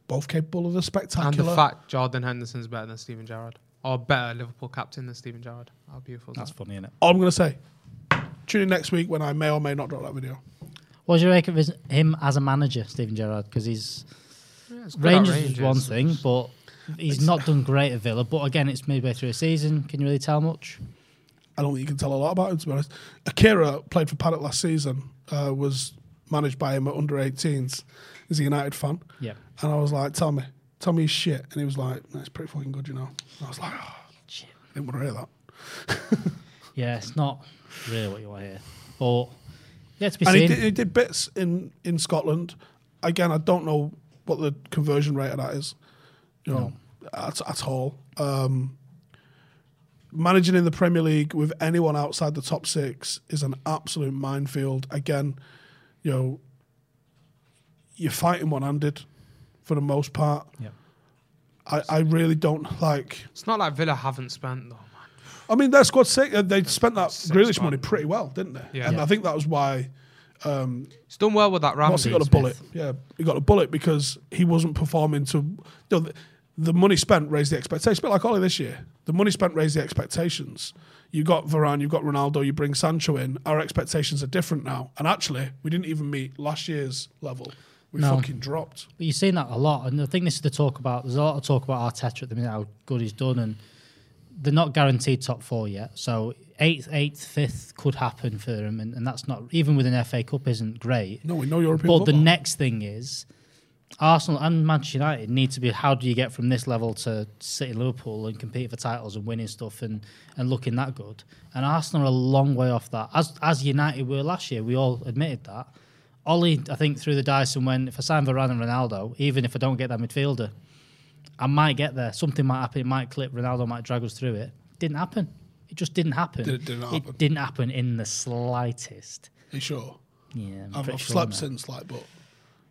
S1: Both capable of the
S3: And the
S1: spectacular.
S3: fact Jordan Henderson's better than Steven Gerrard. Or better Liverpool captain than Steven Gerrard. How beautiful is
S2: That's
S3: that?
S2: funny, isn't it?
S1: All I'm going to say. Tune in next week when I may or may not drop that video.
S2: What's your take of his- him as a manager, Stephen Gerrard? Because he's
S3: it's good at
S2: Rangers, was
S3: Rangers.
S2: one thing, but he's not done great at Villa. But again, it's midway through a season. Can you really tell much?
S1: I don't think you can tell a lot about him, to be honest. Akira played for Paddock last season, uh, was managed by him at under 18s, is a United fan.
S2: Yeah.
S1: And I was like, tell me, tell me his shit. And he was like, that's pretty fucking good, you know. And I was like, oh,
S2: shit.
S1: didn't want to hear that.
S2: Yeah, it's not really what you want to hear. But yeah, to be
S1: and he
S2: seen.
S1: did, he did bits in, in Scotland. Again, I don't know what the conversion rate of that is, you know, at, at all. Um, managing in the Premier League with anyone outside the top six is an absolute minefield. Again, you know, you're fighting one-handed for the most part.
S2: Yeah.
S1: I, I really don't like.
S3: It's not like Villa haven't spent though.
S1: I mean, their squad sick. uh, They spent that Grealish
S3: man.
S1: money pretty well, didn't they?
S3: Yeah.
S1: And
S3: Yeah.
S1: I think that was why. Um,
S3: He's done well with that round.
S1: What's he got a bullet? Yeah, he got a bullet because he wasn't performing to. You know, the, the money spent raised the expectations. A bit like Ollie this year. The money spent raised the expectations. You got Varane, you've got Ronaldo, you bring Sancho in. Our expectations are different now. And actually, we didn't even meet last year's level. We
S2: No.
S1: fucking dropped.
S2: But you've seen that a lot, and I think this is the talk about. There's a lot of talk about Arteta at the minute, how good he's done, and they're not guaranteed top four yet. So eighth, eighth, fifth could happen for him, and, and that's not even with an FA Cup isn't great.
S1: No, we know European
S2: But the
S1: football.
S2: next thing is Arsenal and Manchester United need to be. How do you get from this level to City, Liverpool, and compete for titles and winning stuff and and looking that good? And Arsenal are a long way off that. As as United were last year, we all admitted that. Ollie, I think, threw the dice and went, if I sign Varane and Ronaldo, even if I don't get that midfielder, I might get there. Something might happen. It might clip. Ronaldo might drag us through it. Didn't happen. It just didn't happen.
S1: Did- didn't happen.
S2: It didn't happen in the slightest.
S1: Are you sure?
S2: Yeah, I'm
S1: I've,
S2: pretty
S1: I've
S2: sure
S1: slept
S2: now.
S1: since, like, but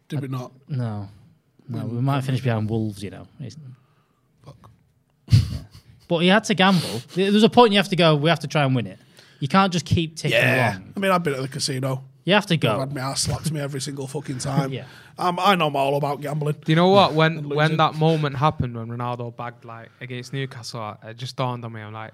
S1: did we not?
S2: No. No,
S1: When-
S2: we might finish behind Wolves, you know. It's- Yeah. But he had to gamble. There- There's a point you have to go, we have to try and win it. You can't just keep ticking
S1: Yeah.
S2: along.
S1: I mean, I've been at the casino.
S2: You have to
S1: I've
S2: go.
S1: had my ass slapped to me every single fucking time.
S2: [LAUGHS] Yeah.
S1: Um, I know I'm all about gambling.
S3: Do you know what? When
S1: And
S3: when
S1: losing.
S3: that moment happened when Ronaldo bagged like against Newcastle, it just dawned on me. I'm like,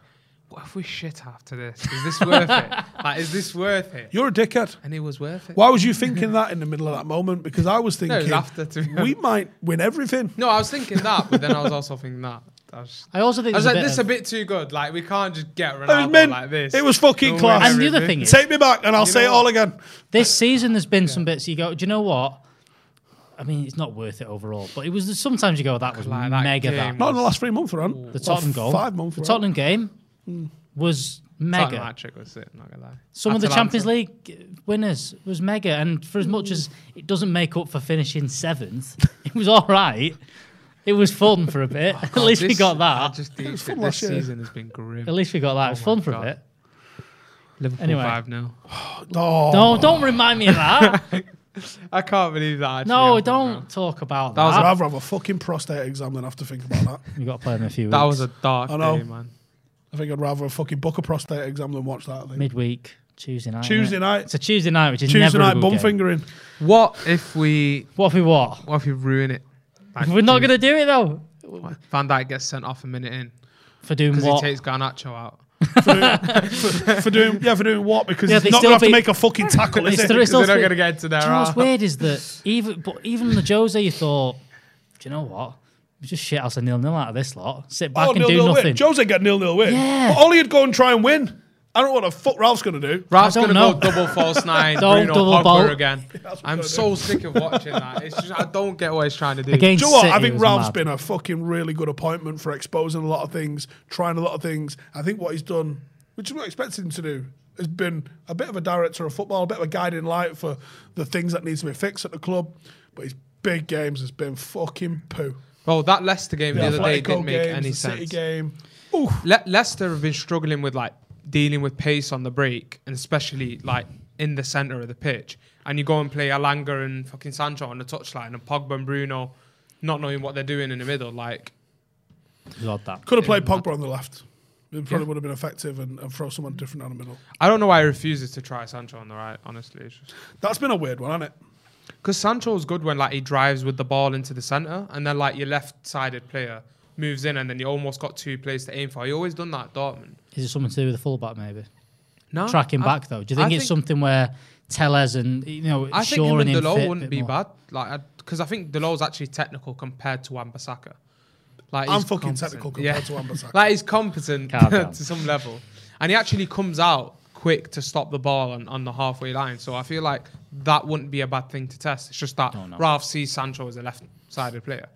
S3: what if we shit after this?
S2: [LAUGHS]
S3: Is this worth it? Like, is this worth it?
S1: You're a dickhead.
S3: And it was worth it.
S1: Why was you thinking that in the middle of that moment? Because I
S3: [LAUGHS]
S1: was
S3: No, it
S1: thinking
S3: was after. To be
S1: we
S3: honest.
S1: might win everything.
S3: No, I was thinking that, but then I was [LAUGHS] also thinking that. I, was,
S2: I also think
S3: I was
S2: there's
S3: like,
S2: a bit
S3: this is a
S2: of-
S3: bit too good. Like, we can't just get
S1: It was
S3: Ronaldo
S1: mint.
S3: like this.
S1: It was fucking
S3: We'll
S1: class.
S3: win
S2: And the other
S3: everything.
S2: thing is-
S1: take me back, and I'll say it all again.
S2: This season, there's been some bits you go, do you know what? I mean, it's not worth it overall, but it was sometimes you go, that was
S3: that
S2: mega
S3: game
S2: that.
S1: Not in the last three months, run.
S2: The Tottenham goal,
S1: five months.
S2: the Tottenham game
S1: Hmm.
S2: was mega.
S3: Tottenham hat trick was it. Not gonna lie.
S2: Some of the
S3: Atalanta.
S2: Champions League winners was mega, and for as much as it doesn't make up for finishing seventh, [LAUGHS] it was all right. It was fun for
S3: [LAUGHS]
S2: a bit. [LAUGHS] At least we
S3: Oh, This-
S2: got
S3: I
S2: that.
S3: Just think
S1: fun
S3: that this
S1: last year.
S3: season has been grim. Oh
S2: At least we got that. It was fun for
S3: God.
S2: a bit.
S3: Liverpool
S2: Anyway.
S3: five now.
S1: Oh,
S2: No, don't remind me of that.
S3: [LAUGHS] I can't believe that. actually
S2: no,
S3: happened,
S2: don't
S3: man.
S2: talk about
S3: That
S2: that.
S3: was
S1: I'd rather have a fucking prostate exam than have to think about that.
S2: we got to play them in a few weeks.
S3: That was a dark
S1: I know.
S3: day, man.
S1: I think I'd rather fucking book a prostate exam than watch that. I think.
S2: midweek Tuesday night. innit?
S1: Tuesday night.
S2: It's a Tuesday night, which is
S1: Tuesday
S2: never
S1: night
S2: a
S1: bum
S2: good game.
S1: fingering.
S3: What if we?
S2: What if we what?
S3: What if we ruin it? Like,
S2: We're not
S3: do-
S2: gonna do it though.
S3: Van Dijk gets sent off a minute in
S2: For doing
S3: because he
S2: what?
S3: takes Garnacho out.
S1: for doing yeah for doing what because
S2: Yeah,
S1: he's
S2: they
S1: not
S2: still
S1: gonna have to
S2: be-
S1: make a
S2: [LAUGHS]
S1: fucking tackle. is [LAUGHS]
S2: It's
S1: it?
S2: still- it's still
S3: They're not
S2: three-
S3: gonna get to their
S2: Do you know what's
S3: half.
S2: weird is that even but even on the Jose, you thought, do you know what? We just shit ourselves nil nil out of this lot. Sit back
S1: Oh,
S2: and
S1: nil
S2: do
S1: nil
S2: nothing.
S1: win. Jose got nil nil win.
S2: Yeah.
S1: But Ollie'd go and try and win. I don't know what the fuck Ralph's gonna do.
S3: Ralph's
S2: I don't
S3: gonna
S2: know.
S3: go double
S2: [LAUGHS]
S3: false nine,
S2: Don't
S3: Bruno
S2: double
S3: Pogba
S2: bolt.
S3: again. I'm so sick of watching that.
S2: [LAUGHS]
S3: It's just I don't get what he's trying to do.
S2: Against
S1: Do you know what? I
S2: City
S1: think
S2: was
S1: Ralph's
S2: mad.
S1: been a fucking really good appointment for exposing a lot of things, trying a lot of things. I think what he's done, which is what I expected him to do, has been a bit of a director of football, a bit of a guiding light for the things that need to be fixed at the club. But his big games has been fucking poo.
S3: Bro, that Leicester game the other day
S1: Atletico
S3: didn't make
S1: games,
S3: any
S1: the City
S3: sense.
S1: game.
S3: Le- Leicester have been struggling with like dealing with pace on the break, and especially like in the centre of the pitch. And you go and play Alanga and fucking Sancho on the touchline, and Pogba and Bruno not knowing what they're doing in the middle. Like
S2: God, that.
S1: Could have played Pogba on the left. It probably would have been effective and, and throw someone different down the middle.
S3: I don't know why he refuses to try Sancho on the right. Honestly, it's just
S1: That's been a weird one, hasn't it?
S3: because Sancho's good when like he drives with the ball into the centre, and then like your left-sided player moves in, and then you almost got two plays to aim for. He always done that at Dortmund.
S2: Is it something to do with the fullback maybe?
S3: No,
S2: Tracking
S3: I-
S2: back though. Do you think
S3: I
S2: it's something where Tellez and you know
S3: I think
S2: Shaw
S3: him
S2: and
S3: and
S2: him fit
S3: Delo
S2: a
S3: wouldn't
S2: bit
S3: be
S2: more?
S3: bad. Like, because I think Delo's actually technical compared to Ambasaka. Like,
S1: I'm
S3: he's
S1: fucking
S3: competent.
S2: [LAUGHS]
S1: technical compared to Wan-Bissaka.
S3: [LAUGHS] like he's competent
S2: Calm down.
S3: to some level, and he actually comes out quick to stop the ball on, on the halfway line. So I feel like that wouldn't be a bad thing to test. It's just that Ralph sees Sancho as a left-sided player.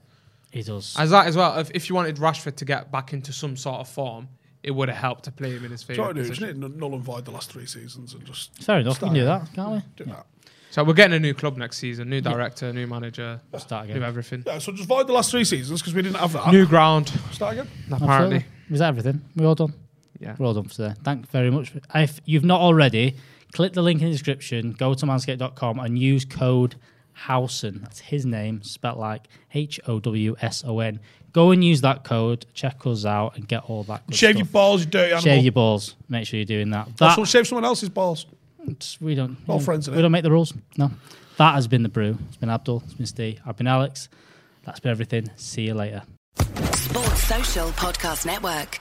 S2: He does.
S3: As that as well, if, if you wanted Rashford to get back into some sort of form, it would have helped to play him in his
S1: Try to
S3: favourite
S1: do is
S3: position.
S1: null and void the last three seasons and just.
S2: Fair enough, we
S1: start
S2: can do
S1: again.
S2: that, can't
S1: Do
S2: we?
S1: that.
S3: So we're getting a new club next season, new director, new manager, new everything.
S1: Yeah, so just void the last three seasons because we didn't have that.
S3: New ground.
S1: Start again.
S3: Apparently.
S2: Absolutely. Was that everything? We all done?
S3: Yeah.
S2: We're all done for today. Thank you very much. If you've not already, click the link in the description, go to manscaped.com and use code Howson. That's his name, spelt like H O W S O N. Go and use that code, check us out, and get all that good
S1: Shave
S2: stuff.
S1: your balls, you dirty animal.
S2: Shave your balls. Make sure you're doing that.
S1: Also,
S2: That-
S1: shave someone else's balls.
S2: we don't.
S1: We're all friends,
S2: we
S1: innit?
S2: don't make the rules. No. That has been The Brew. It's been Abdul. It's been Steve. I've been Alex. That's been everything. See you later.
S14: Sports Social Podcast Network.